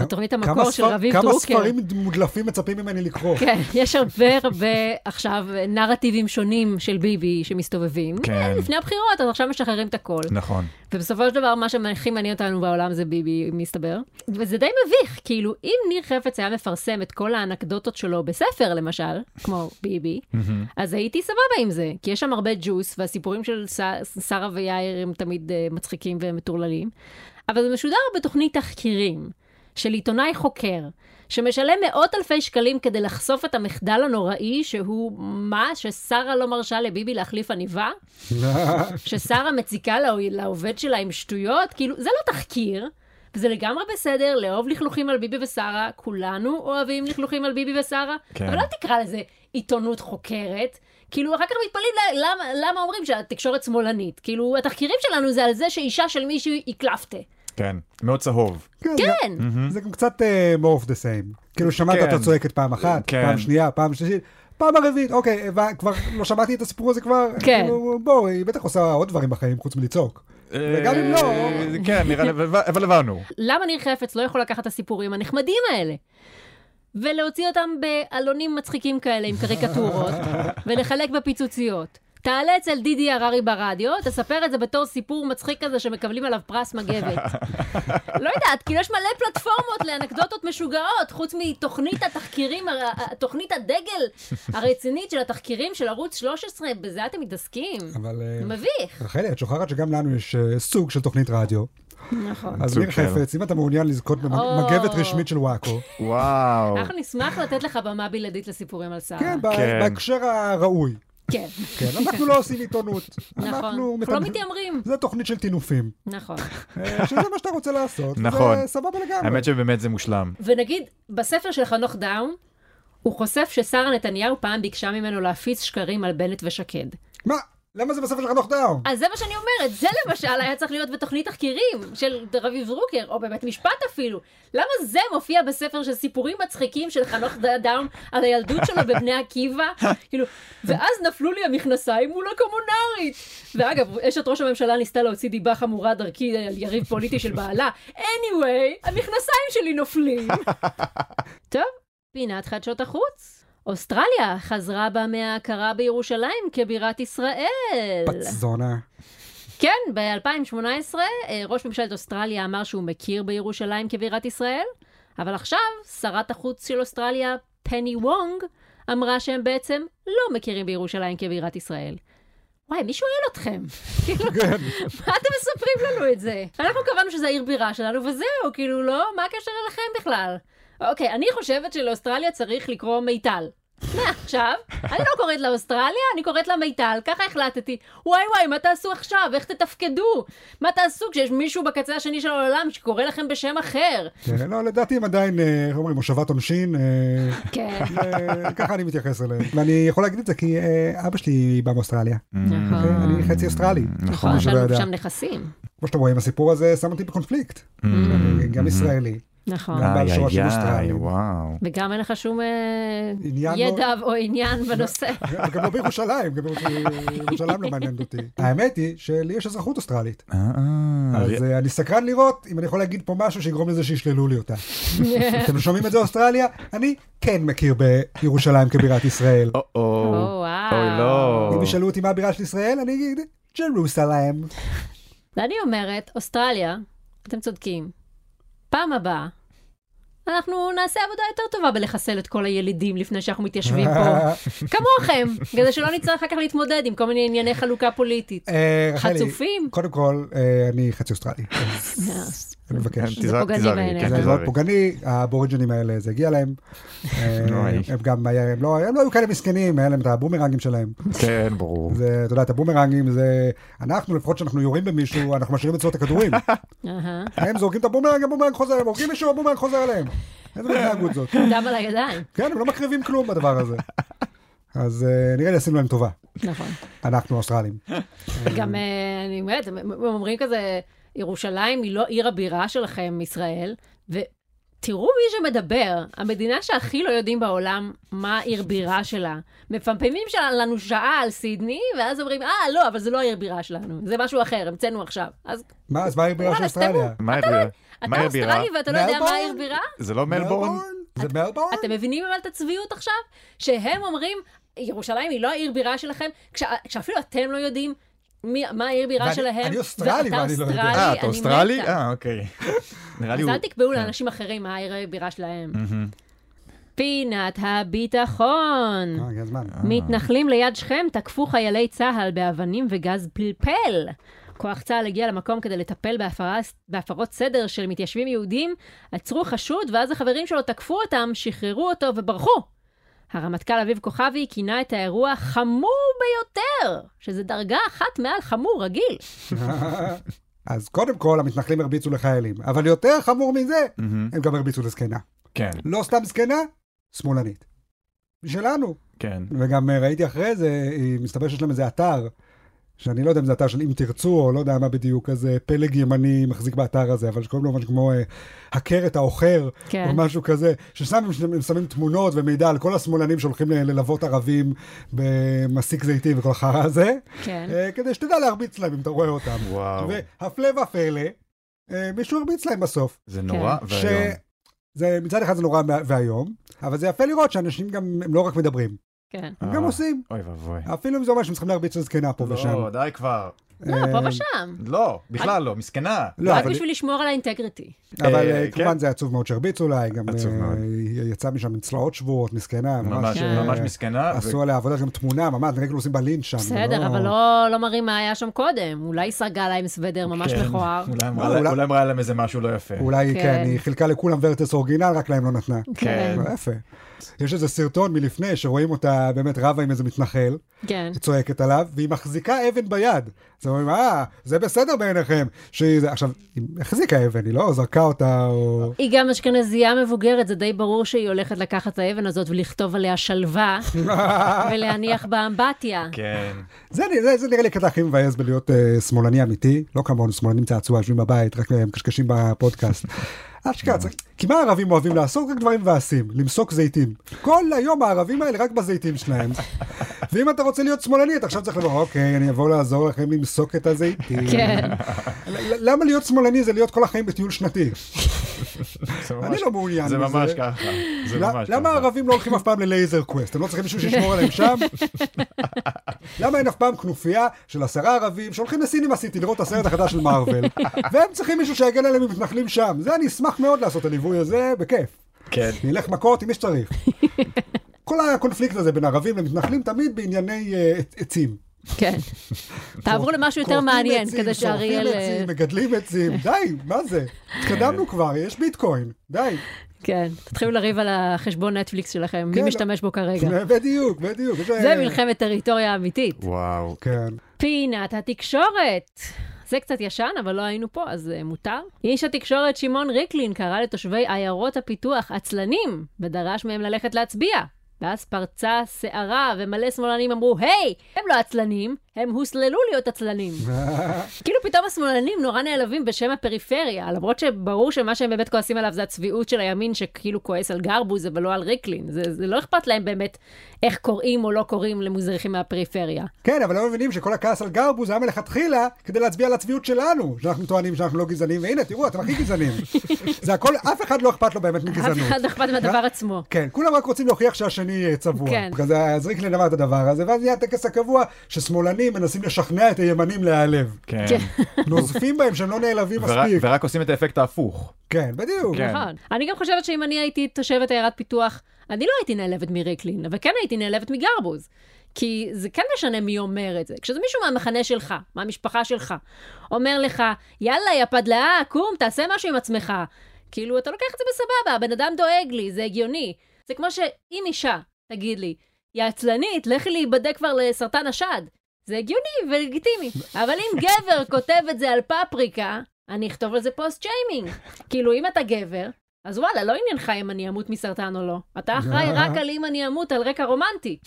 Speaker 2: בתוכנית
Speaker 1: כמה
Speaker 2: המקור של
Speaker 1: ספר-
Speaker 2: רביב
Speaker 1: כמה
Speaker 2: דרוקר.
Speaker 1: ספרים מודלפים מצפים ממני לקרוא?
Speaker 2: כן, יש הרבה הרבה עכשיו נרטיבים שונים של ביבי שמסתובבים.
Speaker 3: כן.
Speaker 2: לפני הבחירות, אז עכשיו משחררים את הכל.
Speaker 3: נכון.
Speaker 2: ובסופו של דבר, מה שהכי מעניין אותנו בעולם זה ביבי, מסתבר. וזה די מביך, כאילו, אם ניר חפץ היה מפרסם את כל האנקדוטות שלו בספר, למשל, כמו ביבי, אז הייתי סבבה עם זה, כי יש שם הרבה ג'וס, והסיפורים של ש- שרה ויאיר הם תמיד uh, מצחיקים ומטורללים. אבל זה משודר בתוכנית תחקירים של עיתונאי חוקר, שמשלם מאות אלפי שקלים כדי לחשוף את המחדל הנוראי שהוא מה ששרה לא מרשה לביבי להחליף עניבה? ששרה מציקה לעו- לעובד שלה עם שטויות, כאילו, זה לא תחקיר, וזה לגמרי בסדר לאהוב לכלוכים על ביבי ושרה, כולנו אוהבים לכלוכים על ביבי ושרה,
Speaker 3: כן.
Speaker 2: כן. אבל לא תקרא לזה עיתונות חוקרת. כאילו, אחר כך מתפלאים ל- למה, למה אומרים שהתקשורת שמאלנית. כאילו, התחקירים שלנו זה על זה שאישה של מישהו היא קלפטה.
Speaker 3: כן. מאוד צהוב.
Speaker 1: כן.
Speaker 2: כן,
Speaker 1: זה גם קצת אה, more of the same. כאילו שמעת
Speaker 3: כן.
Speaker 1: אותה צועקת פעם אחת,
Speaker 3: כן.
Speaker 1: פעם שנייה, פעם שלישית, פעם הרביעית, אוקיי, הבנ- כבר לא שמעתי את הסיפור הזה כבר,
Speaker 2: כן.
Speaker 1: כאילו, בוא, היא בטח עושה עוד דברים בחיים חוץ מלצעוק. וגם אם לא,
Speaker 3: אה, כן, נראה לי, אבל הבנו.
Speaker 2: למה ניר חפץ לא יכול לקחת את הסיפורים הנחמדים האלה? ולהוציא אותם בעלונים מצחיקים כאלה עם קריקטורות, ולחלק בפיצוציות. תעלה אצל דידי הררי ברדיו, תספר את זה בתור סיפור מצחיק כזה שמקבלים עליו פרס מגבת. לא יודעת, כאילו יש מלא פלטפורמות לאנקדוטות משוגעות, חוץ מתוכנית התחקירים, הר- ה- תוכנית הדגל הרצינית של התחקירים של ערוץ 13, בזה אתם מתעסקים.
Speaker 1: אבל... אה,
Speaker 2: מביך.
Speaker 1: רחלי, את שוכחת שגם לנו יש אה, סוג של תוכנית רדיו.
Speaker 2: נכון.
Speaker 1: אז
Speaker 3: סוג
Speaker 1: ניר
Speaker 3: של.
Speaker 1: חפץ, אם אתה מעוניין לזכות
Speaker 2: או.
Speaker 1: במגבת רשמית של וואקו,
Speaker 3: וואו.
Speaker 2: אנחנו נשמח לתת לך במה בלעדית לסיפורים על שרה.
Speaker 1: כן, ב-
Speaker 3: כן.
Speaker 1: בהקשר הראוי.
Speaker 2: כן.
Speaker 1: כן, אנחנו לא עושים עיתונות.
Speaker 2: נכון,
Speaker 1: אנחנו
Speaker 2: אנחנו
Speaker 1: מתנ-
Speaker 2: לא מתיימרים.
Speaker 1: זה תוכנית של טינופים.
Speaker 2: נכון.
Speaker 1: אה, שזה מה שאתה רוצה לעשות.
Speaker 3: נכון.
Speaker 1: זה סבבה לגמרי.
Speaker 3: האמת שבאמת זה מושלם.
Speaker 2: ונגיד, בספר של חנוך דאום, הוא חושף ששרה נתניהו פעם ביקשה ממנו להפיץ שקרים על בנט ושקד.
Speaker 1: מה? למה זה בספר של חנוך דאום?
Speaker 2: אז זה מה שאני אומרת, זה למשל היה צריך להיות בתוכנית תחקירים של רביב דרוקר, או בבית משפט אפילו. למה זה מופיע בספר של סיפורים מצחיקים של חנוך ד- דאום על הילדות שלו בבני עקיבא? כאילו, ואז נפלו לי המכנסיים מול הקומונרית. ואגב, אשת ראש הממשלה ניסתה להוציא דיבה חמורה דרכי על יריב פוליטי של בעלה. anyway, המכנסיים שלי נופלים. טוב, פינת חדשות החוץ. אוסטרליה חזרה בה מההכרה בירושלים כבירת ישראל.
Speaker 1: בת זונה.
Speaker 2: כן, ב-2018 אה, ראש ממשלת אוסטרליה אמר שהוא מכיר בירושלים כבירת ישראל, אבל עכשיו שרת החוץ של אוסטרליה, פני וונג, אמרה שהם בעצם לא מכירים בירושלים כבירת ישראל. וואי, מי שואל אתכם? כאילו, מה אתם מספרים לנו את זה? אנחנו קבענו שזה העיר בירה שלנו וזהו, כאילו לא, מה הקשר אליכם בכלל? אוקיי, אני חושבת שלאוסטרליה צריך לקרוא מיטל. מעכשיו, אני לא קוראת לה אוסטרליה, אני קוראת לה מיטל, ככה החלטתי. וואי וואי, מה תעשו עכשיו? איך תתפקדו? מה תעשו כשיש מישהו בקצה השני של העולם שקורא לכם בשם אחר?
Speaker 1: כן, לא, לדעתי הם עדיין, אה, איך אומרים, הושבת עונשין, אה,
Speaker 2: כן.
Speaker 1: אה, ככה אני מתייחס אליהם. ואני יכול להגיד את זה כי אה, אבא שלי בא מאוסטרליה.
Speaker 2: נכון.
Speaker 1: אה, אני חצי אוסטרלי.
Speaker 2: נכון,
Speaker 1: מי
Speaker 2: יש
Speaker 1: שלא
Speaker 2: לנו
Speaker 1: ידע.
Speaker 2: שם Mm. נכסים.
Speaker 1: כמו שאתם רואים, הסיפור הזה שם אותי בקונפליקט. אני
Speaker 2: Mm-hmm.
Speaker 1: גם ישראלי.
Speaker 2: נכון.
Speaker 1: גם בעל
Speaker 3: אה, איי,
Speaker 1: שורשים
Speaker 3: איי,
Speaker 1: אוסטרליים.
Speaker 3: וואו.
Speaker 2: וגם אין לך שום אה,
Speaker 1: עניין לא-
Speaker 2: ידע או עניין בנושא.
Speaker 1: גם לא בירושלים, גם בירושלים לא מעניינת אותי. האמת היא שלי יש אזרחות אוסטרלית.
Speaker 3: אה, אה,
Speaker 1: אז אה, אני סקרן לראות אם אני יכול להגיד פה משהו שיגרום לזה שישללו לי אותה. אתם לא שומעים את זה אוסטרליה? אני כן מכיר בירושלים כבירת ישראל.
Speaker 3: או-או.
Speaker 2: או, וואו.
Speaker 3: אוי, לא.
Speaker 1: אם ישאלו אותי מה הבירה של ישראל, אני אגיד, ג'רוסלם.
Speaker 2: ואני אומרת, אוסטרליה, אתם צודקים. פעם הבאה, אנחנו נעשה עבודה יותר טובה בלחסל את כל הילידים לפני שאנחנו מתיישבים פה. כמוכם, כדי שלא נצטרך אחר כך להתמודד עם כל מיני ענייני חלוקה פוליטית.
Speaker 1: אה, רחלי,
Speaker 2: חצופים?
Speaker 1: קודם כל, אה, אני חצי אוסטרלי. אני מבקש.
Speaker 2: זה פוגעני בעיניי.
Speaker 3: כן,
Speaker 1: זה לא מאוד
Speaker 2: תיזהרי.
Speaker 3: תיזהרי.
Speaker 1: פוגעני, האבוריג'ינים האלה, זה הגיע להם. אה,
Speaker 3: נוראי.
Speaker 1: הם גם, היה- הם לא הם לא היו כאלה מסכנים, היה להם את הבומרנגים שלהם.
Speaker 3: כן, ברור.
Speaker 1: זה, אתה יודע, את הבומרנגים זה... אנחנו, לפחות כשאנחנו יורים במישהו, אנחנו משאירים אצלו את הכדורים.
Speaker 2: אהה.
Speaker 1: הם זורקים את הבומרנג, הבומרנג חוזר אליהם, הורגים מישהו, הבומרנג חוזר אליהם. איזה מין התנהגות זאת.
Speaker 2: דם על הידיים,
Speaker 1: כן, הם לא מקריבים כלום בדבר הזה. אז אה, נראה לי עשינו להם טובה,
Speaker 2: נכון.
Speaker 1: אנחנו האוסטרלים.
Speaker 2: גם אה, אני אומרת, הם הם אומרים כזה, ירושלים היא לא עיר הבירה שלכם, ישראל, ותראו מי שמדבר, המדינה שהכי לא יודעים בעולם מה עיר בירה שלה. מפמפמים של- לנו שעה על סידני, ואז אומרים, אה, לא, אבל זה לא העיר בירה שלנו, זה משהו אחר, המצאנו עכשיו. אז
Speaker 1: מה, אז מה העיר של
Speaker 2: וואלה,
Speaker 1: אוסטרליה?
Speaker 2: סתמו.
Speaker 3: מה העיר
Speaker 2: אתה
Speaker 3: מה העיר בירה?
Speaker 2: אוסטרלי ואתה לא יודע מה
Speaker 1: מלבורן?
Speaker 2: העיר בירה?
Speaker 3: זה לא מלבורן?
Speaker 1: זה מלבורן?
Speaker 2: אתם מבינים אבל את הצביעות עכשיו? שהם אומרים, ירושלים היא לא העיר בירה שלכם, כש- כשאפילו אתם לא יודעים מי, מה העיר בירה
Speaker 1: ואני-
Speaker 2: שלהם.
Speaker 1: אני אוסטרלי
Speaker 2: ואתה
Speaker 1: ואני לא יודע.
Speaker 2: אוסטרלי,
Speaker 3: אה, אתה
Speaker 2: אני
Speaker 3: אוסטרלי?
Speaker 2: מתה.
Speaker 3: אה, אוקיי. נראה לי
Speaker 2: אז
Speaker 3: הוא... כן.
Speaker 2: אל תקבעו לאנשים אחרים מה העיר הבירה שלהם. פינת הביטחון.
Speaker 1: אה, הגיע הזמן.
Speaker 2: מתנחלים ליד שכם תקפו חיילי צה"ל באבנים וגז פלפל. כוח צה"ל הגיע למקום כדי לטפל בהפרה, בהפרות סדר של מתיישבים יהודים, עצרו חשוד ואז החברים שלו תקפו אותם, שחררו אותו וברחו. הרמטכ"ל אביב כוכבי כינה את האירוע חמור ביותר, שזה דרגה אחת מעל חמור רגיל.
Speaker 1: אז קודם כל, המתנחלים הרביצו לחיילים, אבל יותר חמור מזה,
Speaker 3: מהמם.
Speaker 1: הם גם הרביצו לזקנה.
Speaker 3: כן,
Speaker 1: לא סתם זקנה, שמאלנית. שלנו.
Speaker 3: כן.
Speaker 1: וגם אה, ראיתי אחרי זה, היא- מסתבר שיש להם איזה אתר, שאני לא יודע אם זה אתר של אם תרצו, או לא יודע מה בדיוק, איזה פלג ימני מחזיק באתר הזה, אבל שקוראים לו משהו כמו אה, הקרת העוכר,
Speaker 2: כן.
Speaker 1: או משהו כזה, ששם הם- הם שמים תמונות ומידע על כל השמאלנים שהולכים ל- ללוות ערבים במסיק זיתים וכל החרא הזה,
Speaker 2: כן.
Speaker 1: אה, כדי שתדע להרביץ להם אם אתה רואה אותם.
Speaker 3: וואו.
Speaker 1: והפלא ופלא, אה, מישהו הרביץ להם בסוף.
Speaker 3: זה נורא
Speaker 2: כן.
Speaker 1: ש-
Speaker 3: ואיום.
Speaker 1: זה מצד אחד זה נורא וה- ואיום, אבל זה יפה לראות שאנשים גם, הם לא רק מדברים,
Speaker 2: כן.
Speaker 1: הם גם
Speaker 3: אה.
Speaker 1: עושים.
Speaker 3: אוי ואבוי.
Speaker 1: אפילו אם זה אומר שהם צריכים להרביץ לזקנה פה ושם.
Speaker 3: לא, די כבר.
Speaker 2: לא,
Speaker 1: אה,
Speaker 2: פה ושם.
Speaker 3: לא, בכלל לא, מסכנה.
Speaker 1: לא,
Speaker 2: רק
Speaker 1: אבל-
Speaker 2: בשביל לשמור על האינטגריטי.
Speaker 1: אבל
Speaker 3: אה,
Speaker 1: אה, כמובן
Speaker 3: כן.
Speaker 1: זה עצוב מאוד שהרביצו לה, היא גם
Speaker 3: עצוב
Speaker 1: אה,
Speaker 3: מאוד.
Speaker 1: היא יצאה משם עם צלעות שבורות, מסכנה, ממש.
Speaker 3: ממש
Speaker 1: אה,
Speaker 3: ממש מסכנה. ו-
Speaker 1: עשו עליה עבודה, גם תמונה, ממש, נראה כאילו עושים בלינץ' שם.
Speaker 2: בסדר, אבל לא, לא מראים מה היה שם קודם. אולי היא סרגה להם סוודר ממש
Speaker 3: כן.
Speaker 2: מכוער.
Speaker 3: אולי אמרה
Speaker 1: לא,
Speaker 3: לה-
Speaker 1: אולי-
Speaker 3: אולי אמרה להם איזה משהו לא יפה.
Speaker 1: אולי, כן,
Speaker 2: כן.
Speaker 1: היא חילקה לכולם ורטס אורגינל, רק להם לא נתנה.
Speaker 2: כן.
Speaker 1: לא, יפה. יש איזה סרטון מלפני שרואים אותה באמת רבה עם איזה מתנחל,
Speaker 2: כן.
Speaker 1: היא צועקת עליו, והיא מחזיקה אבן ביד. אז אומרים, אה, זה בסדר בעיניכם. שהיא... זה-" עכשיו, היא החזיקה אבן, היא לא זרקה אותה או...
Speaker 2: היא גם אשכנזייה מבוגרת, זה די ברור שהיא הולכת לקחת את האבן הזאת ולכתוב עליה שלווה, ולהניח בה אמבטיה.
Speaker 3: כן.
Speaker 1: זה, נ- זה, זה נראה לי הקטע הכי מבאס בלהיות אה, שמאלני אמיתי, לא כמונו, שמאלנים צעצוע, יושבים בבית, רק אה, מקשקשים בפודקאסט. אשכרה, צריך- כי מה הערבים אוהבים לעשות? רק דברים מבאסים, למסוק זיתים. כל היום הערבים האלה רק בזיתים שלהם. ואם אתה רוצה להיות שמאלני, אתה עכשיו צריך לבוא, אוקיי, אני אבוא לעזור לכם למסוק את הזיתים.
Speaker 2: כן.
Speaker 1: ל- ל- למה להיות שמאלני זה להיות כל החיים בטיול שנתי?
Speaker 3: זה
Speaker 1: אני
Speaker 3: ממש-
Speaker 1: לא מעוניין
Speaker 3: זה
Speaker 1: בזה.
Speaker 3: ממש ככה. זה ממש
Speaker 1: למה
Speaker 3: ככה.
Speaker 1: הערבים לא הולכים אף פעם ללייזר קווסט? הם לא צריכים מישהו שישמור עליהם שם? למה אין אף פעם כנופיה של עשרה ערבים שהולכים לסינמה סיטי לראות את הסרט החדש של מארוול, והם צריכים מישהו שיגן עליהם ממתנחלים שם? זה אני אשמח מאוד לעשות את הליווי הזה, בכיף.
Speaker 3: כן.
Speaker 1: נלך מכות עם מי שצריך. כל הקונפליקט הזה בין ערבים למתנחלים תמיד בענייני אה, עץ- עצים.
Speaker 2: כן. תעברו למשהו יותר
Speaker 1: כורתים
Speaker 2: מעניין,
Speaker 1: עצים,
Speaker 2: כדי שאריאל... אה,
Speaker 1: שורפים עצים, מגדלים עצים, די, מה זה?
Speaker 3: כן.
Speaker 1: התקדמנו כבר, יש ביטקוין, די.
Speaker 2: כן. תתחילו לריב על החשבון נטפליקס שלכם, מי
Speaker 1: כן.
Speaker 2: משתמש בו כרגע.
Speaker 1: בדיוק, בדיוק. יש,
Speaker 2: זה
Speaker 1: אה,
Speaker 2: מלחמת טריטוריה אמיתית.
Speaker 3: וואו.
Speaker 1: כן.
Speaker 2: פינת התקשורת. זה קצת ישן, אבל לא היינו פה, אז uh, מותר. איש התקשורת שמעון ריקלין קרא לתושבי עיירות הפיתוח עצלנים, ודרש מהם ללכת להצביע. ואז פרצה סערה, ומלא שמאלנים אמרו, היי, הם לא עצלנים, הם הוסללו להיות עצלנים. כאילו פתאום השמאלנים נורא נעלבים בשם הפריפריה, למרות שברור שמה שהם באמת כועסים עליו זה הצביעות של הימין, שכאילו כועס על גרבוז, אבל לא על ריקלין. זה, זה לא אכפת להם באמת איך קוראים או לא קוראים למוזריכים מהפריפריה.
Speaker 1: כן, אבל לא מבינים שכל הכעס על גרבוז היה מלכתחילה כדי להצביע על הצביעות שלנו, שאנחנו טוענים שאנחנו לא גזענים, והנה, תראו, אתם הכי גזענים. זה הכל, אף אחד לא אכפת לו באמת
Speaker 2: אף
Speaker 1: מגזענות.
Speaker 2: אחד לא אכפת מהדבר עצמו.
Speaker 1: כן, כולם רק רוצים להוכיח שהשני אה, צבוע.
Speaker 2: כן.
Speaker 1: כזה, אז ריקלין אמר את הדבר הזה, ואז נהיה הטקס הקבוע ששמאלנים מנסים לשכנע את הימנים להיעלב.
Speaker 3: כן.
Speaker 2: כן.
Speaker 1: נוזפים בהם שהם לא נעלבים
Speaker 3: ורק-
Speaker 1: מספיק.
Speaker 3: ורק עושים את האפקט ההפוך.
Speaker 1: כן, בדיוק.
Speaker 3: כן.
Speaker 2: נכון. אני גם חושבת שאם אני הייתי תושבת עיירת פיתוח, אני לא הייתי נעלבת מריקלין, אבל כן הייתי נעלבת מגרבוז. כי זה כן משנה מי אומר את זה. כשזה מישהו מהמחנה שלך, מהמשפחה שלך, אומר לך, יאללה, יא פדלאה, קום, תעשה משהו עם עצמך. כאילו, אתה לוקח את זה בסבבה, הבן אדם דואג לי, זה הגיוני. זה כמו שאם אישה תגיד לי, יא עצלנית, לכי להיבדק כבר לסרטן השד. זה הגיוני ולגיטימי. אבל אם גבר כותב את זה על פפריקה, אני אכתוב על זה פוסט שיימינג. כאילו, אם אתה גבר, אז וואלה, לא עניינך אם אני אמות מסרטן או לא. אתה אחראי
Speaker 1: לא.
Speaker 2: רק על אם אני אמות על רקע רומנטי.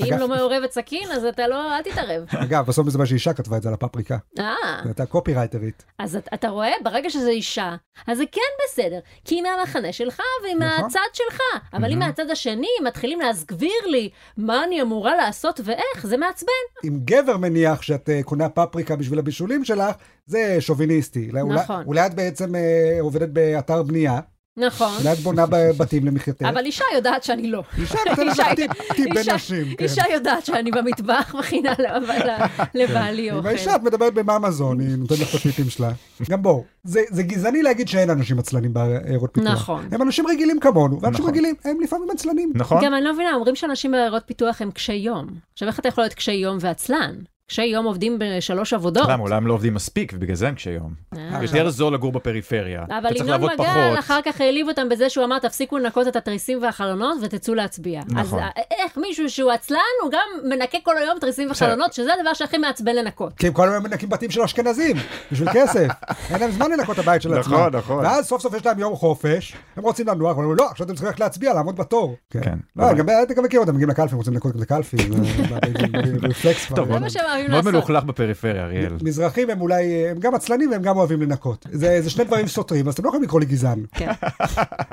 Speaker 2: אם לא מעורבת סכין, אז אתה לא, אל תתערב.
Speaker 1: אגב, בסוף זה מה שאישה כתבה את זה על הפפריקה.
Speaker 2: אה,
Speaker 1: זו הייתה קופירייטרית.
Speaker 2: אז אתה- אתה רואה, ברגע שזה אישה, אז זה כן בסדר, כי היא מהמחנה שלך והיא
Speaker 1: נכון.
Speaker 2: מהצד שלך. אבל אם מהצד השני מתחילים להסגביר לי מה אני אמורה לעשות ואיך, זה מעצבן.
Speaker 1: אם גבר מניח שאת אה, קונה פפריקה בשביל הבישולים שלך, זה שוביניסטי.
Speaker 2: נכון.
Speaker 1: אולי את בעצם אה, עובדת באתר בנייה,
Speaker 2: נכון.
Speaker 1: אולי את בונה ב- בתים למחייתך.
Speaker 2: אבל אישה יודעת שאני לא.
Speaker 1: אישה נותנת לך
Speaker 2: אישה-
Speaker 1: טיפ, טיפ
Speaker 2: אישה-
Speaker 1: בנשים. כן.
Speaker 2: אישה יודעת שאני במטבח מכינה ל- לבעלי
Speaker 1: כן. עם
Speaker 2: אוכל.
Speaker 1: האישה את מדברת במאמזון, היא נותנת לך את הטיפים שלה. גם בואו, זה, זה גזעני להגיד שאין אנשים עצלנים בעיירות פיתוח.
Speaker 2: נכון.
Speaker 1: הם אנשים רגילים כמונו, ואנשים
Speaker 3: נכון.
Speaker 1: רגילים, הם לפעמים עצלנים.
Speaker 3: נכון?
Speaker 2: גם אני לא מבינה, אומרים שאנשים בעיירות פיתוח הם קשי יום. עכשיו, איך אתה יכול להיות קשי יום ועצלן? קשי יום עובדים בשלוש עבודות.
Speaker 3: למה? אולי הם לא עובדים מספיק, ובגלל זה הם קשי יום.
Speaker 2: אה.
Speaker 3: יותר זול לגור בפריפריה. אתה
Speaker 2: אבל
Speaker 3: צריך
Speaker 2: ינון
Speaker 3: לעבוד
Speaker 2: מגל
Speaker 3: פחות.
Speaker 2: אחר כך העליב אותם בזה שהוא אמר, תפסיקו לנקות את התריסים והחלונות ותצאו להצביע.
Speaker 3: נכון.
Speaker 2: אז אה, איך מישהו שהוא עצלן, הוא גם מנקה כל היום תריסים וחלונות, שזה הדבר שהכי מעצבן לנקות.
Speaker 1: כי הם כל היום מנקים בתים של אשכנזים, בשביל כסף. אין להם זמן לנקות את הבית של עצמם.
Speaker 3: נכון, נכון.
Speaker 1: ואז סוף סוף יש להם יום חופש, הם רוצים לנוח, אבל אומרים, לא, עכשיו אתם צריכים ללכת להצביע, לעמוד בתור.
Speaker 3: כן.
Speaker 1: לא, גם אתה גם מכיר אותם, מגיעים לקלפי, הם רוצים לנקות את הקלפי. זה- זה רפלקס כבר. כן.
Speaker 3: טוב, אוקיי.
Speaker 2: זה מה שהם אוהבים
Speaker 3: מאוד
Speaker 2: לעשות.
Speaker 3: מלוכלך בפריפריה, אריאל.
Speaker 1: מזרחים הם אולי, הם גם עצלנים והם גם אוהבים לנקות. זה זה שני דברים סותרים, אז אתם לא יכולים לקרוא לי גזען.
Speaker 2: כן.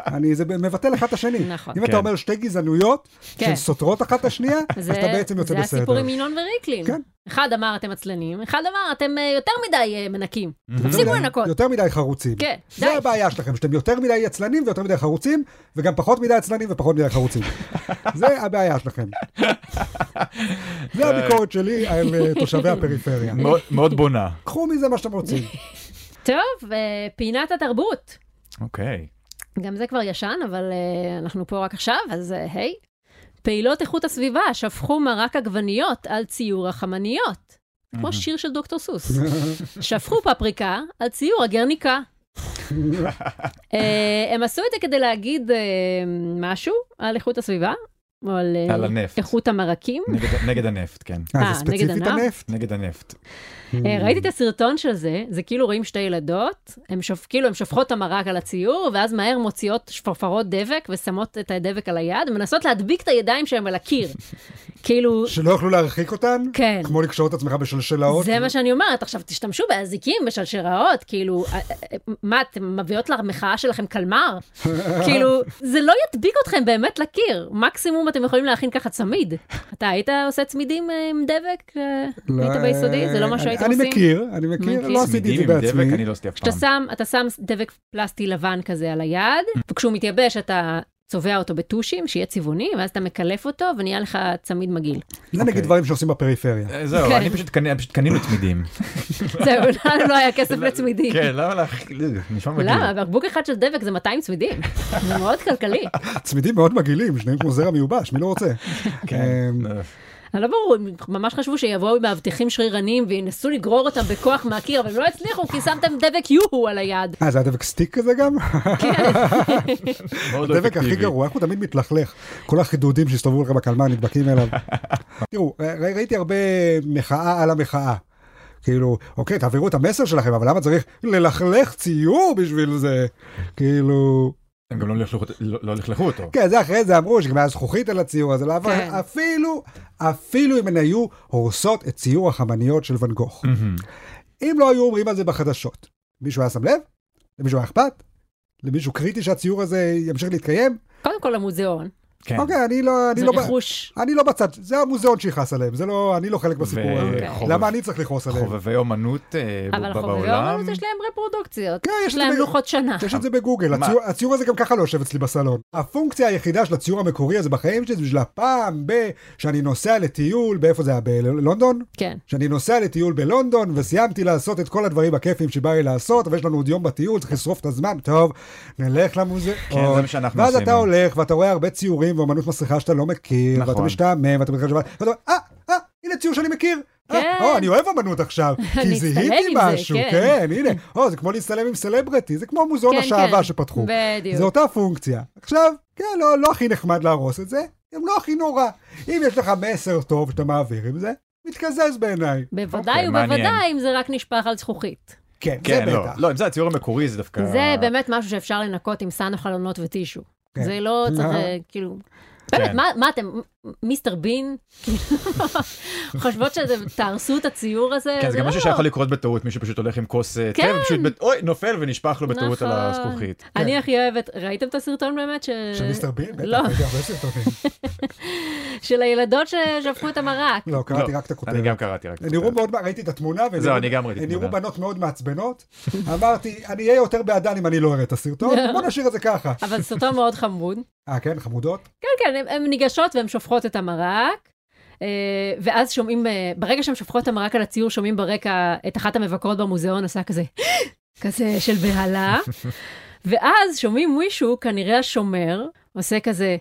Speaker 1: אני, זה מבטל אחד את השני.
Speaker 2: נכון.
Speaker 1: אם
Speaker 3: כן.
Speaker 1: אתה אומר שתי גזענויות,
Speaker 2: כן.
Speaker 1: שהן סותרות אחת את השנייה, אז
Speaker 2: זה-
Speaker 1: אתה בעצם יוצא
Speaker 2: זה הסיפור
Speaker 1: בסדר.
Speaker 2: עם ינון וריקלין.
Speaker 1: כן.
Speaker 2: אחד אמר אתם עצלנים, אחד אמר אתם אה, יותר מדי אה, מנקים.
Speaker 1: יותר
Speaker 2: תפסיקו
Speaker 1: מדי-
Speaker 2: לנקות.
Speaker 1: יותר מדי חרוצים.
Speaker 2: כן, די.
Speaker 1: זה הבעיה שלכם, שאתם יותר מדי עצלנים ויותר מדי חרוצים, וגם פחות מדי עצלנים ופחות מדי חרוצים. זה הבעיה שלכם. זה הביקורת שלי על אה, תושבי הפריפריה.
Speaker 3: מאוד- מאוד בונה.
Speaker 1: קחו מזה מה שאתם רוצים.
Speaker 2: אה, טוב, אה, פינת התרבות.
Speaker 3: אוקיי.
Speaker 2: גם זה כבר ישן, אבל אה, אנחנו פה רק עכשיו, אז אה, היי. פעילות איכות הסביבה שפכו מרק עגבניות על ציור החמניות. כמו שיר של דוקטור סוס. שפכו פפריקה על ציור הגרניקה. אה, הם עשו את זה כדי להגיד אה, משהו על איכות הסביבה, או על אה,
Speaker 3: על הנפט.
Speaker 2: איכות המרקים.
Speaker 3: נגד- נגד הנפט, כן.
Speaker 1: אה,
Speaker 2: אה,
Speaker 1: זה
Speaker 2: נגד
Speaker 1: ספציפית
Speaker 2: ענף?
Speaker 1: הנפט.
Speaker 3: נגד הנפט.
Speaker 1: Mm.
Speaker 2: אה, ראיתי את הסרטון של זה, זה כאילו רואים שתי ילדות, הם שופ, כאילו הן שופכות את המרק על הציור, ואז מהר מוציאות שפרפרות דבק ושמות את הדבק על היד, מנסות להדביק את הידיים שלהם על הקיר. כאילו,
Speaker 1: שלא יוכלו להרחיק אותן?
Speaker 2: כן.
Speaker 1: כמו לקשור את עצמך בשלשלאות?
Speaker 2: זה מה שאני אומרת. עכשיו, תשתמשו באזיקים, בשלשראות, כאילו, אה, אה, מה, אתם מביאות למחאה שלכם קלמר? כאילו, זה לא ידביק אתכם באמת לקיר. מקסימום אתם יכולים להכין ככה צמיד. אתה היית עושה צמידים אה, עם דבק? אה,
Speaker 1: לא,
Speaker 2: היית ביסודי? זה לא מה
Speaker 1: אני-
Speaker 2: שהייתם עושים?
Speaker 1: אני מכיר, אני מכיר,
Speaker 2: מכיר.
Speaker 1: לא עשיתי את
Speaker 3: צמידים
Speaker 1: זה
Speaker 3: עם דבק אני
Speaker 1: בעצמי.
Speaker 3: לא עשיתי אף
Speaker 2: כשאתה
Speaker 3: פעם.
Speaker 2: שם, אתה שם דבק פלסטי לבן כזה על היד, וכשהוא מתייבש אתה צובע אותו בטושים, שיהיה צבעוני, ואז אתה מקלף אותו ונהיה לך צמיד מגעיל.
Speaker 1: זה נגיד
Speaker 3: אוקיי.
Speaker 1: דברים שעושים בפריפריה.
Speaker 3: אה, זהו,
Speaker 2: כן.
Speaker 3: אני פשוט קני- פשוט קנינו צמידים.
Speaker 2: זהו, לנו לא היה כסף לצמידים.
Speaker 3: כן, למה לך?
Speaker 2: אה,
Speaker 3: נשמע מגעיל.
Speaker 2: למה? בקבוק אחד של דבק זה 200 צמידים. זה מאוד כלכלי.
Speaker 1: צמידים מאוד מגעילים, שניהם כמו זרע מיובש, מי לא רוצה?
Speaker 3: כן.
Speaker 1: אה,
Speaker 3: אה,
Speaker 2: אני לא ברור, הם ממש חשבו שיבואו מאבטחים שרירנים וינסו לגרור אותם בכוח מהקיר, אבל הם לא הצליחו כי שמתם דבק יוהו על היד.
Speaker 1: אה, זה הדבק סטיק כזה גם?
Speaker 3: מאוד לא
Speaker 1: הדבק הכי
Speaker 3: אפקטיבי.
Speaker 1: גרוע, איך הוא תמיד מתלכלך? כל החידודים שהסתובבו לך בקלמר נדבקים אליו. תראו, ר- ראיתי הרבה מחאה על המחאה. כאילו, אוקיי, תעבירו את המסר שלכם, אבל למה צריך ללכלך ציור בשביל זה? כאילו...
Speaker 3: הם גם לא לכלכו אותו- לא לא לכלכו אותו.
Speaker 1: כן, זה אחרי זה אמרו שגם היה זכוכית על הציור הזה, אבל
Speaker 2: כן.
Speaker 1: אפילו, אפילו אם הן היו הורסות את ציור החמניות של ואן גוך.
Speaker 3: מהמם.
Speaker 1: אם לא היו אומרים על זה בחדשות, מישהו היה שם לב? למישהו היה אכפת? למישהו קריטי שהציור הזה ימשיך להתקיים?
Speaker 2: קודם כל המוזיאון,
Speaker 3: כן.
Speaker 1: אוקיי, אני לא... אני
Speaker 2: זה
Speaker 1: לא ב-
Speaker 2: רכוש.
Speaker 1: אני לא בצד, זה המוזיאון שיכעס עליהם, זה לא, אני לא חלק בסיפור
Speaker 3: ו-
Speaker 1: הזה.
Speaker 3: אוקיי.
Speaker 1: למה אני צריך לכעוס עליהם?
Speaker 3: חובבי אומנות אה, ב-
Speaker 2: אבל חובבי
Speaker 3: בעולם.
Speaker 2: אומנות יש להם רפרודוקציות.
Speaker 1: כן,
Speaker 2: יש להם
Speaker 1: ב-
Speaker 2: לוחות שנה.
Speaker 1: יש את זה בגוגל,
Speaker 3: מה?
Speaker 1: הציור, הציור הזה גם ככה לא יושב אצלי בסלון. הפונקציה היחידה של הציור המקורי הזה בחיים שלי זה בשביל הפעם ב... שאני נוסע לטיול, באיפה זה היה? בלונדון?
Speaker 2: כן.
Speaker 1: שאני נוסע לטיול בלונדון וסיימתי לעשות את כל הדברים הכיפים שבא לי לעשות, אבל יש לנו עוד יום בטיול, צריך לשרוף את הזמן, טוב, נלך למוזיאון.
Speaker 3: כן, זה מה שאנחנו
Speaker 1: ואז
Speaker 3: עשינו.
Speaker 1: אתה הולך ואתה רואה הרבה ציורים סרטים ואומנות מסריחה שאתה לא מכיר,
Speaker 3: נכון.
Speaker 1: ואתה משתעמם, ואתה מתחיל לשבת, ואתה אומר, אה, אה, הנה ציור שאני מכיר. אה,
Speaker 2: כן.
Speaker 1: או, אני אוהב אמנות עכשיו,
Speaker 2: אני
Speaker 1: כי
Speaker 2: אצטלם
Speaker 1: זיהיתי
Speaker 2: עם זה,
Speaker 1: משהו,
Speaker 2: כן.
Speaker 1: כן, הנה. או, זה כמו להצטלם עם סלברטי, זה כמו מוזיאון
Speaker 2: כן, כן.
Speaker 1: השעווה שפתחו.
Speaker 2: בדיוק.
Speaker 1: זה אותה פונקציה. עכשיו, כן, לא, לא הכי נחמד להרוס את זה, גם לא הכי נורא. אם יש לך מסר טוב שאתה מעביר עם זה, מתקזז בעיניי.
Speaker 2: בוודאי
Speaker 3: אוקיי,
Speaker 2: ובוודאי
Speaker 3: מעניין.
Speaker 2: אם זה רק נשפך על זכוכית.
Speaker 1: כן, זה
Speaker 3: כן, לא.
Speaker 1: בטח.
Speaker 3: לא, אם זה הציור המקורי זה דווקא...
Speaker 2: זה באמת משהו שאפשר לנקות עם סנו חלונות וטישו.
Speaker 1: כן.
Speaker 2: זה לא צריך,
Speaker 1: אה.
Speaker 2: אה, כאילו... באמת,
Speaker 3: כן.
Speaker 2: מה- מה אתם, מ- מיסטר בין? חושבות שאתם תהרסו את הציור הזה?
Speaker 3: כן, זה גם
Speaker 2: לא.
Speaker 3: משהו שיכול לקרות בטעות, מישהו פשוט הולך עם כוס אה, תה,
Speaker 2: כן.
Speaker 3: ופשוט, ב- אוי, נופל ונשפך לו בטעות על
Speaker 2: נכון.
Speaker 3: הזכוכית.
Speaker 2: אני הכי אוהבת, ראיתם את הסרטון באמת? ש-
Speaker 1: של מיסטר בין? בטח,
Speaker 2: לא.
Speaker 1: ראיתי הרבה סרטונים.
Speaker 2: של הילדות ש- שהפכו את המרק.
Speaker 1: לא, קראתי
Speaker 3: לא,
Speaker 1: רק את הכותרת.
Speaker 3: אני גם קראתי רק את
Speaker 1: הן נראו
Speaker 3: הכותרת.
Speaker 1: מאוד, ראיתי את התמונה, והן
Speaker 3: זהו,
Speaker 1: נראו-
Speaker 3: אני גם ראיתי
Speaker 1: הן
Speaker 3: תמונה.
Speaker 1: נראו בנות מאוד מעצבנות. אמרתי, אני אהיה יותר בעדן אם אני לא אראה את הסרטון, בוא נשאיר את זה ככה.
Speaker 2: אבל זה סרטון מאוד חמוד.
Speaker 1: אה, כן, חמודות?
Speaker 2: כן, כן, הן ניגשות והן שופכות את המרק, אה, ואז שומעים, אה, ברגע שהן שופכות את המרק על הציור, שומעים ברקע את אחת המבקרות במוזיאון עושה כזה, כזה של בהלה, ואז שומעים מישהו, כנראה השומר, עושה כזה...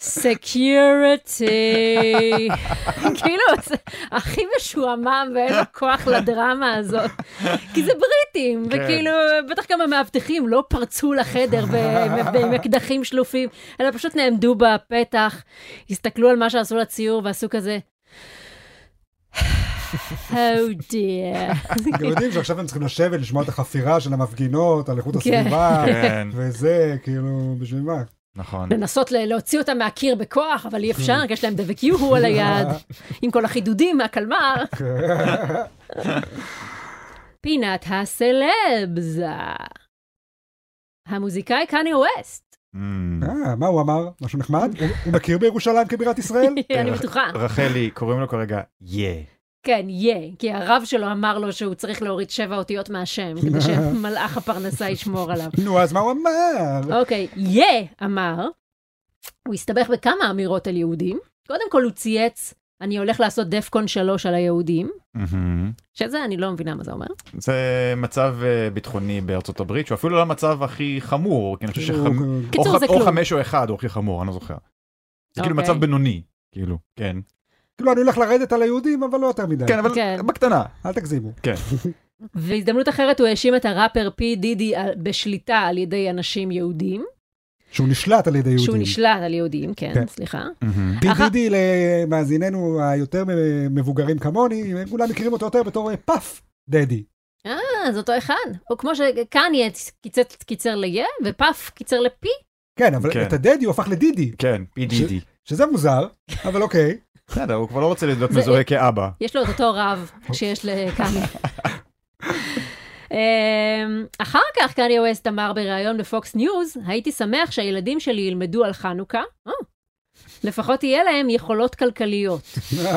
Speaker 2: סקיורטי, כאילו זה הכי משועמם ואין לו כוח לדרמה הזאת, כי זה בריטים,
Speaker 3: כן.
Speaker 2: וכאילו בטח גם המאבטחים לא פרצו לחדר ב- עם אקדחים שלופים, אלא פשוט נעמדו בפתח, הסתכלו על מה שעשו לציור ועשו כזה... Oh dear.
Speaker 1: גם יודעים שעכשיו הם צריכים לשבת, לשמוע את החפירה של המפגינות, על איכות
Speaker 2: כן.
Speaker 1: הסביבה,
Speaker 3: כן,
Speaker 1: וזה, כאילו, בשביל מה?
Speaker 3: נכון.
Speaker 2: לנסות ל- להוציא אותם מהקיר בכוח, אבל אי אפשר, כי יש להם דבק יוהו על היד, עם כל החידודים מהקלמר. פינת הסלבס. המוזיקאי קניה ווסט.
Speaker 3: Mm.
Speaker 1: אה, מה הוא אמר? משהו נחמד? הוא- הוא מכיר בירושלים כבירת ישראל?
Speaker 2: אני
Speaker 3: רח-
Speaker 2: בטוחה.
Speaker 3: רחלי, קוראים לו כרגע יה.
Speaker 2: כן, יה, כי הרב שלו אמר לו שהוא צריך להוריד שבע אותיות מהשם, כדי שמלאך הפרנסה ישמור עליו.
Speaker 1: נו, אז מה הוא אמר?
Speaker 2: אוקיי, יה אמר, הוא הסתבך בכמה אמירות על יהודים. קודם כל הוא צייץ, אני הולך לעשות דפקון שלוש על היהודים,
Speaker 3: מהמם.
Speaker 2: שזה אני לא מבינה מה זה אומר.
Speaker 3: זה מצב אה, ביטחוני בארצות הברית שהוא אפילו לא המצב הכי חמור כי אני חושב
Speaker 1: הוא-
Speaker 3: שחמ- או
Speaker 2: קיצור,
Speaker 3: ח-
Speaker 2: זה
Speaker 3: או
Speaker 2: כלום.
Speaker 3: חמש או אחד הוא הכי חמור אני לא זוכר. זה כאילו
Speaker 2: אוקיי.
Speaker 3: מצב בינוני כאילו כן
Speaker 1: כאילו, אני הולך לרדת על היהודים, אבל לא יותר מדי.
Speaker 3: כן אבל
Speaker 2: כן.
Speaker 3: בקטנה
Speaker 1: אל תגזימו.
Speaker 3: כן
Speaker 2: והזדמנות אחרת הוא האשים את הראפר פי דידי על- בשליטה על ידי אנשים יהודים,
Speaker 1: שהוא נשלט על ידי יהודים.
Speaker 2: שהוא נשלט על יהודים, כן,
Speaker 1: כן.
Speaker 2: סליחה.
Speaker 3: מהמם.
Speaker 1: PDD למאזיננו היותר מבוגרים כמוני, הם אולי מכירים אותו יותר בתור אה, פאף דדי.
Speaker 2: אה, זה אותו אחד. או כמו שקניה קיצץ- קיצר ל-יה, ופאף קיצר לפי.
Speaker 1: כן, אבל
Speaker 3: כן.
Speaker 1: את הדדי הוא הפך לדידי,
Speaker 3: כן PDD.
Speaker 1: שזה מוזר, אבל אוקיי.
Speaker 3: בסדר הוא כבר לא רוצה להיות
Speaker 2: זה-
Speaker 3: מזוהה כאבא.
Speaker 2: יש לו את אותו רב שיש לקניה. אמ, אחר כך קניה ווסט אמר בריאיון בפוקס ניוז, הייתי שמח שהילדים שלי ילמדו על חנוכה. אה, לפחות יהיה להם יכולות כלכליות.
Speaker 1: לא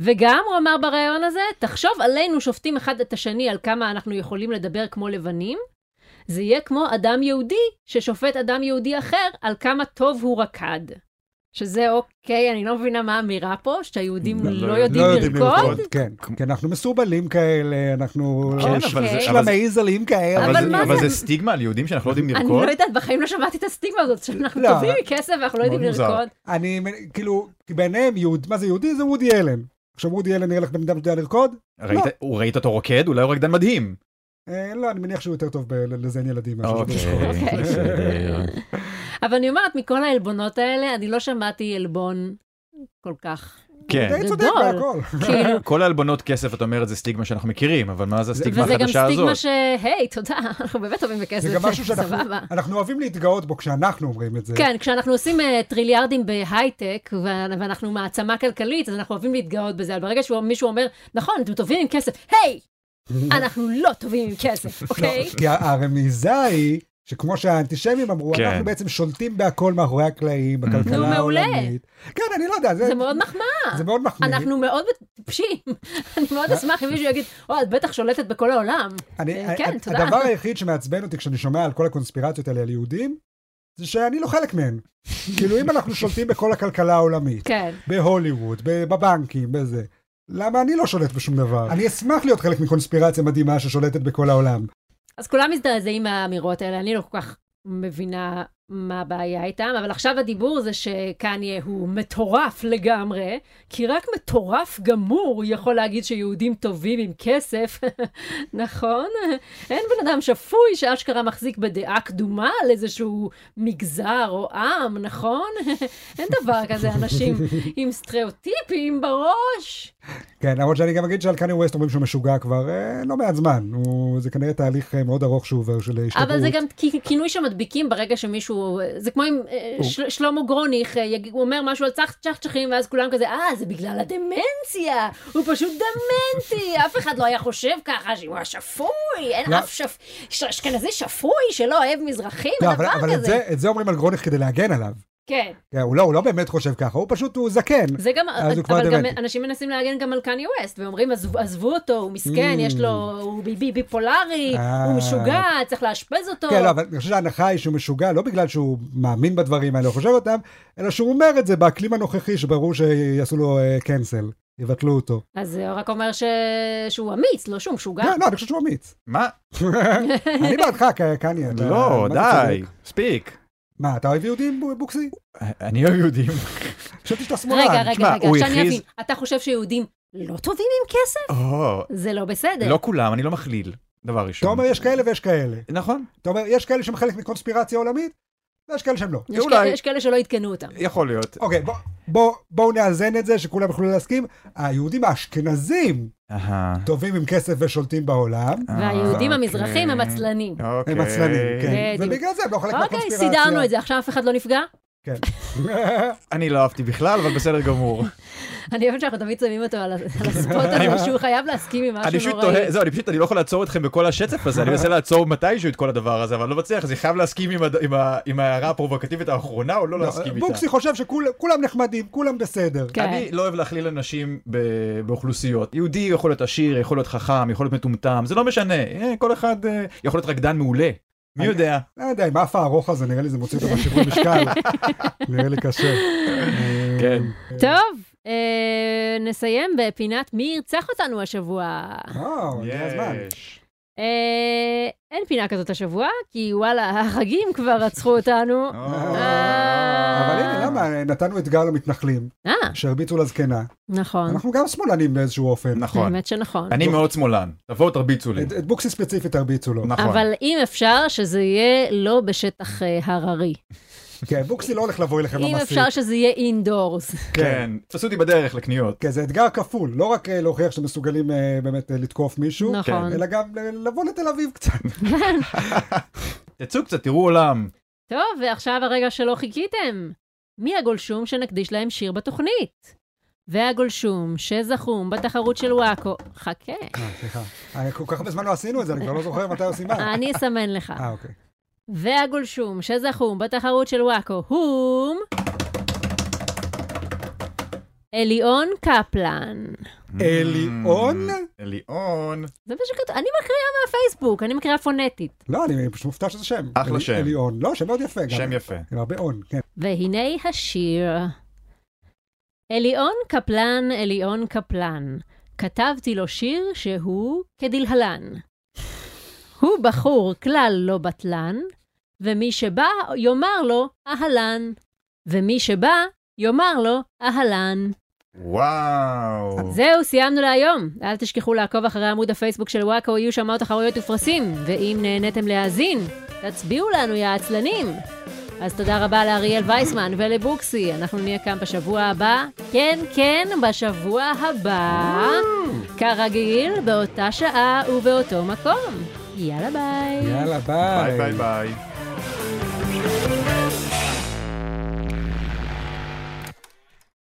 Speaker 2: וגם, הוא אמר בריאיון הזה, תחשוב עלינו שופטים אחד את השני על כמה אנחנו יכולים לדבר כמו לבנים. זה יהיה כמו אדם יהודי ששופט אדם יהודי אחר על כמה טוב הוא רקד. שזה אוקיי, אני לא מבינה מה האמירה פה, שהיהודים
Speaker 3: לא-
Speaker 2: לא
Speaker 3: לא
Speaker 1: לא
Speaker 2: יודעים
Speaker 1: יודעים
Speaker 2: לרקוד.
Speaker 1: לרקוד. כן, כי אנחנו מסורבלים כאלה, אנחנו...
Speaker 3: כן,
Speaker 2: אוקיי.
Speaker 3: אבל
Speaker 1: יש
Speaker 3: זה- אבל
Speaker 1: לנו
Speaker 3: זה-
Speaker 1: מעיזלים כאלה.
Speaker 3: אבל
Speaker 2: אבל
Speaker 3: זה-
Speaker 2: מה
Speaker 3: אבל
Speaker 2: זה-
Speaker 3: זה סטיגמה על יהודים שאנחנו לא יודעים
Speaker 2: אני לא
Speaker 3: לרקוד.
Speaker 2: יודעת, בחיים לא שמעתי את הסטיגמה הזאת, שאנחנו
Speaker 1: לא.
Speaker 2: טובים מכסף ואנחנו לא
Speaker 3: מאוד
Speaker 2: יודעים
Speaker 3: מוזר.
Speaker 2: לרקוד.
Speaker 1: אני, מ- כאילו, כי בעיניהם, יהוד- מה זה יהודי? זה וודי אלן. עכשיו, וודי אלן נראה לך בן אדם שיודע לרקוד?
Speaker 3: ראית-
Speaker 2: לא.
Speaker 3: הוא ראית אותו רוקד אולי הוא רקדן מדהים.
Speaker 2: אוקיי,
Speaker 1: אה, לא, אני מניח שהוא יותר טוב בלזיין ילדים. מאשר לרקוד.
Speaker 2: אוקיי. בסדר. אבל אני אומרת, מכל העלבונות האלה, אני לא שמעתי עלבון כל כך.
Speaker 3: כן.
Speaker 1: די צודק
Speaker 2: גדול.
Speaker 1: בהכל.
Speaker 2: כאילו,
Speaker 3: כל ההלבנות כסף את אומרת זה סטיגמה שאנחנו מכירים אבל מה זה הסטיגמה
Speaker 2: וזה גם
Speaker 3: החדשה
Speaker 2: סטיגמה
Speaker 3: הזאת.
Speaker 2: ש... היי, תודה, אנחנו באמת טובים בכסף,
Speaker 1: זה גם משהו שאנחנו
Speaker 2: סבבה.
Speaker 1: אנחנו אוהבים להתגאות בו כשאנחנו אומרים את זה.
Speaker 2: כן, כשאנחנו עושים אה, טריליארדים בהייטק, ו- ואנחנו מעצמה כלכלית, אז אנחנו אוהבים להתגאות בזה, אבל ברגע שמישהו אומר, נכון, אתם טובים עם כסף, היי, אנחנו לא טובים עם כסף, אוקיי?
Speaker 1: לא, כי ה- הרמיזה היא שכמו שהאנטישמים אמרו,
Speaker 3: כן.
Speaker 1: אנחנו בעצם שולטים בהכל מאחורי הקלעים,
Speaker 2: נו,
Speaker 1: בכלכלה
Speaker 2: מעולה.
Speaker 1: העולמית. כן, אני לא יודע,
Speaker 2: זה מאוד מחמיא.
Speaker 1: זה מאוד מחמיא.
Speaker 2: אנחנו מאוד טיפשים. אני מאוד אשמח אם מישהו יגיד, או, את בטח שולטת בכל העולם.
Speaker 1: אני-
Speaker 2: אה, כן,
Speaker 1: הד-
Speaker 2: תודה.
Speaker 1: הדבר היחיד שמעצבן אותי כשאני שומע על כל הקונספירציות האלה על יהודים, זה שאני לא חלק מהן. כאילו, אם אנחנו שולטים בכל הכלכלה העולמית,
Speaker 2: כן.
Speaker 1: בהוליווד, ב- בבנקים, בזה, למה אני לא שולט בשום דבר? אני אשמח להיות חלק מקונספירציה מדהימה ששולטת בכל העולם.
Speaker 2: אז כולם מזדעזעים מהאמירות האלה, אני לא כל כך מבינה מה הבעיה איתם, אבל עכשיו הדיבור זה שקניה הוא מטורף לגמרי, כי רק מטורף גמור יכול להגיד שיהודים טובים עם כסף, נכון? אין בן אדם שפוי שאשכרה מחזיק בדעה קדומה על איזשהו מגזר או עם, נכון? אין דבר כזה, אנשים עם סטריאוטיפים בראש.
Speaker 1: כן, למרות שאני גם אגיד שעל קניה ווסט אומרים שהוא משוגע כבר אה, לא מעט זמן. הוא, זה כנראה תהליך אה, מאוד ארוך שהוא עובר של השתגעות.
Speaker 2: אבל זה גם כ- כינוי שמדביקים ברגע שמישהו, זה כמו אם אה, של, שלמה גרוניך, אה, יג- הוא אומר משהו על צח צ'חצ'חים, ואז כולם כזה, אה, זה בגלל הדמנציה, הוא פשוט דמנטי, אף אחד לא היה חושב ככה, שהוא השפוי, אין
Speaker 1: לא.
Speaker 2: אף שפ... ש- אשכנזי שפוי שלא אוהב מזרחים,
Speaker 1: לא,
Speaker 2: אין
Speaker 1: אבל, אבל את,
Speaker 2: דבר כזה.
Speaker 1: זה, את זה אומרים על גרוניך כדי להגן עליו.
Speaker 2: כן,
Speaker 1: כן, הוא לא, הוא לא באמת חושב ככה, הוא פשוט, הוא זקן.
Speaker 2: זה גם,
Speaker 1: אז הוא כבר
Speaker 2: אבל גם
Speaker 1: דמנטי.
Speaker 2: אנשים מנסים להגן גם על קניה ווסט, ואומרים, "עזבו- עזבו אותו, הוא מסכן,
Speaker 1: Mm.
Speaker 2: יש לו, הוא בי- בי- ביפולרי,
Speaker 1: אה.
Speaker 2: הוא משוגע, צריך לאשפז אותו.
Speaker 1: כן, לא, אבל אני חושב שההנחה היא שהוא משוגע, לא בגלל שהוא מאמין בדברים האלה, הוא חושב אותם, אלא שהוא אומר את זה באקלים הנוכחי, שברור שיעשו לו קנסל, יבטלו אותו.
Speaker 2: אז זה רק אומר ש... שהוא אמיץ, לא שהוא משוגע.
Speaker 1: כן, לא, אני חושב שהוא אמיץ.
Speaker 2: אה,
Speaker 3: מה?
Speaker 1: אני בעדך, ק- קניה. אתה-
Speaker 3: לא,
Speaker 1: מה אתה
Speaker 3: די,
Speaker 1: צודק?
Speaker 3: מספיק.
Speaker 1: מה, אתה אוהב יהודים, ב- בוקסי?
Speaker 3: אני אוהב יהודים.
Speaker 1: חשבתי שאתה שמאלן.
Speaker 2: רגע, רגע,
Speaker 3: תשמע,
Speaker 2: רגע,
Speaker 3: הוא
Speaker 2: שאני
Speaker 3: הכריז-
Speaker 2: אבין, אתה חושב שיהודים לא טובים עם כסף?
Speaker 3: או,
Speaker 2: זה לא בסדר.
Speaker 3: לא כולם, אני לא מכליל, דבר
Speaker 1: אתה
Speaker 3: ראשון.
Speaker 1: אומר, יש כאלה ויש כאלה.
Speaker 3: נכון,
Speaker 1: אתה אומר, יש כאלה שהם חלק מקונספירציה עולמית, ויש כאלה שהם לא.
Speaker 2: יש
Speaker 3: אולי.
Speaker 2: כאלה- יש כאלה שלא עדכנו אותם.
Speaker 3: יכול להיות.
Speaker 1: אוקיי, בוא- בוא- בואו נאזן את זה, שכולם יוכלו להסכים. היהודים האשכנזים
Speaker 3: אהה.
Speaker 1: טובים עם כסף ושולטים בעולם.
Speaker 2: והיהודים
Speaker 3: אוקיי.
Speaker 2: המזרחים הם עצלנים.
Speaker 3: אוקיי.
Speaker 1: הם עצלנים, כן.
Speaker 2: בדיוק.
Speaker 1: ובגלל זה הם לא חלק
Speaker 2: אוקיי,
Speaker 1: מהקונספירציה.
Speaker 2: סידרנו את זה, עכשיו אף אחד לא נפגע?
Speaker 1: כן.
Speaker 3: אני לא אהבתי בכלל, אבל בסדר גמור.
Speaker 2: אני אוהבת שאנחנו תמיד שמים אותו על ה- על הספוט הזה, שהוא חייב להסכים עם
Speaker 3: אני פשוט
Speaker 2: משהו נוראי.
Speaker 3: תוהה, זהו, אני פשוט, אני לא יכול לעצור אתכם בכל השצף הזה, אני מנסה לעצור מתישהו את כל הדבר הזה, אבל אני לא מצליח, אז אני חייב להסכים עם הד- עם ה- עם ההערה הפרובוקטיבית האחרונה, או לא להסכים איתה.
Speaker 1: בוקסי חושב שכולם נחמדים, כולם בסדר.
Speaker 2: כן.
Speaker 3: אני לא אוהב להכליל אנשים ב- באוכלוסיות. יהודי יכול להיות עשיר, יכול להיות חכם, יכול להיות מטומטם, זה לא משנה. אה, כל אחד אה, יכול להיות רקדן מעולה.
Speaker 2: אוקיי.
Speaker 3: מי
Speaker 1: אני-
Speaker 3: יודע?
Speaker 1: לא יודע, עם האף הארוך הזה, נראה לי זה מוציא אותו בשיווי משקל. נראה לי קשה.
Speaker 3: כן.
Speaker 2: טוב, אה, נסיים בפינת מי ירצח אותנו השבוע.
Speaker 1: וואו, אה, הגיע הזמן.
Speaker 3: יש.
Speaker 2: אה, אין פינה כזאת השבוע, כי וואלה, החגים כבר רצחו אותנו.
Speaker 3: או.
Speaker 2: אה.
Speaker 1: אבל הנה, למה? נתנו אתגר למתנחלים,
Speaker 2: אה,
Speaker 1: שהרביצו לזקנה.
Speaker 2: נכון.
Speaker 1: אנחנו גם שמאלנים באיזשהו אופן.
Speaker 3: נכון.
Speaker 2: האמת שנכון.
Speaker 3: אני מאוד שמאלן. תבואו תרביצו לי.
Speaker 1: את- את בוקסי ספציפית הרביצו לו.
Speaker 3: נכון.
Speaker 2: אבל אם אפשר, שזה יהיה לא בשטח אה, הררי.
Speaker 3: נכון.
Speaker 1: כן, בוקסי לא הולך לבוא אליכם
Speaker 2: אם
Speaker 1: במסיק.
Speaker 2: אפשר שזה יהיה אינדורס.
Speaker 3: כן. תפסו אותי בדרך לקניות.
Speaker 1: כן, זה אתגר כפול, לא רק אה, להוכיח שאתם מסוגלים אה, באמת אה, לתקוף מישהו,
Speaker 2: נכון.
Speaker 1: אלא גם אה, לבוא לתל אביב קצת.
Speaker 3: תצאו קצת, תראו עולם.
Speaker 2: טוב, ועכשיו הרגע שלא חיכיתם. מי הגולשום שנקדיש להם שיר בתוכנית? והגולשום שזכום בתחרות של וואקו, חכה,
Speaker 1: אה, סליחה. אה, כל כך הרבה זמן לא עשינו את זה, אני כבר לא זוכר מתי עושים מה.
Speaker 2: אני אסמן לך.
Speaker 1: אה, אוקיי.
Speaker 2: והגולשום שזכום בתחרות של וואקו הוא... אליאון קפלן.
Speaker 1: אליאון?
Speaker 3: Hmm, אליאון.
Speaker 2: זה מה שכתוב, אני מקריאה מהפייסבוק, אני מקריאה פונטית.
Speaker 1: לא, אני פשוט מופתע שזה שם.
Speaker 3: אחלה
Speaker 1: אלי-
Speaker 3: שם.
Speaker 1: אליאון. לא, שם מאוד יפה גם.
Speaker 3: שם יפה.
Speaker 1: עם הרבה און, כן.
Speaker 2: והנה השיר. אליאון קפלן, אליאון קפלן, כתבתי לו שיר שהוא כדלהלן. הוא בחור כלל לא בטלן, ומי שבא יאמר לו אהלן, ומי שבא יאמר לו אהלן.
Speaker 3: וואו.
Speaker 2: זהו, סיימנו להיום. אל תשכחו לעקוב אחרי עמוד הפייסבוק של וואקו, יהיו שם עוד תחרויות ופרסים. ואם נהניתם להאזין, תצביעו לנו, יא עצלנים. אז תודה רבה לאריאל וייסמן ולבוקסי. אנחנו נהיה כאן בשבוע הבא. כן, כן, בשבוע הבא. כרגיל, באותה שעה ובאותו מקום. יאללה ביי.
Speaker 1: יאללה,
Speaker 3: ביי ביי ביי.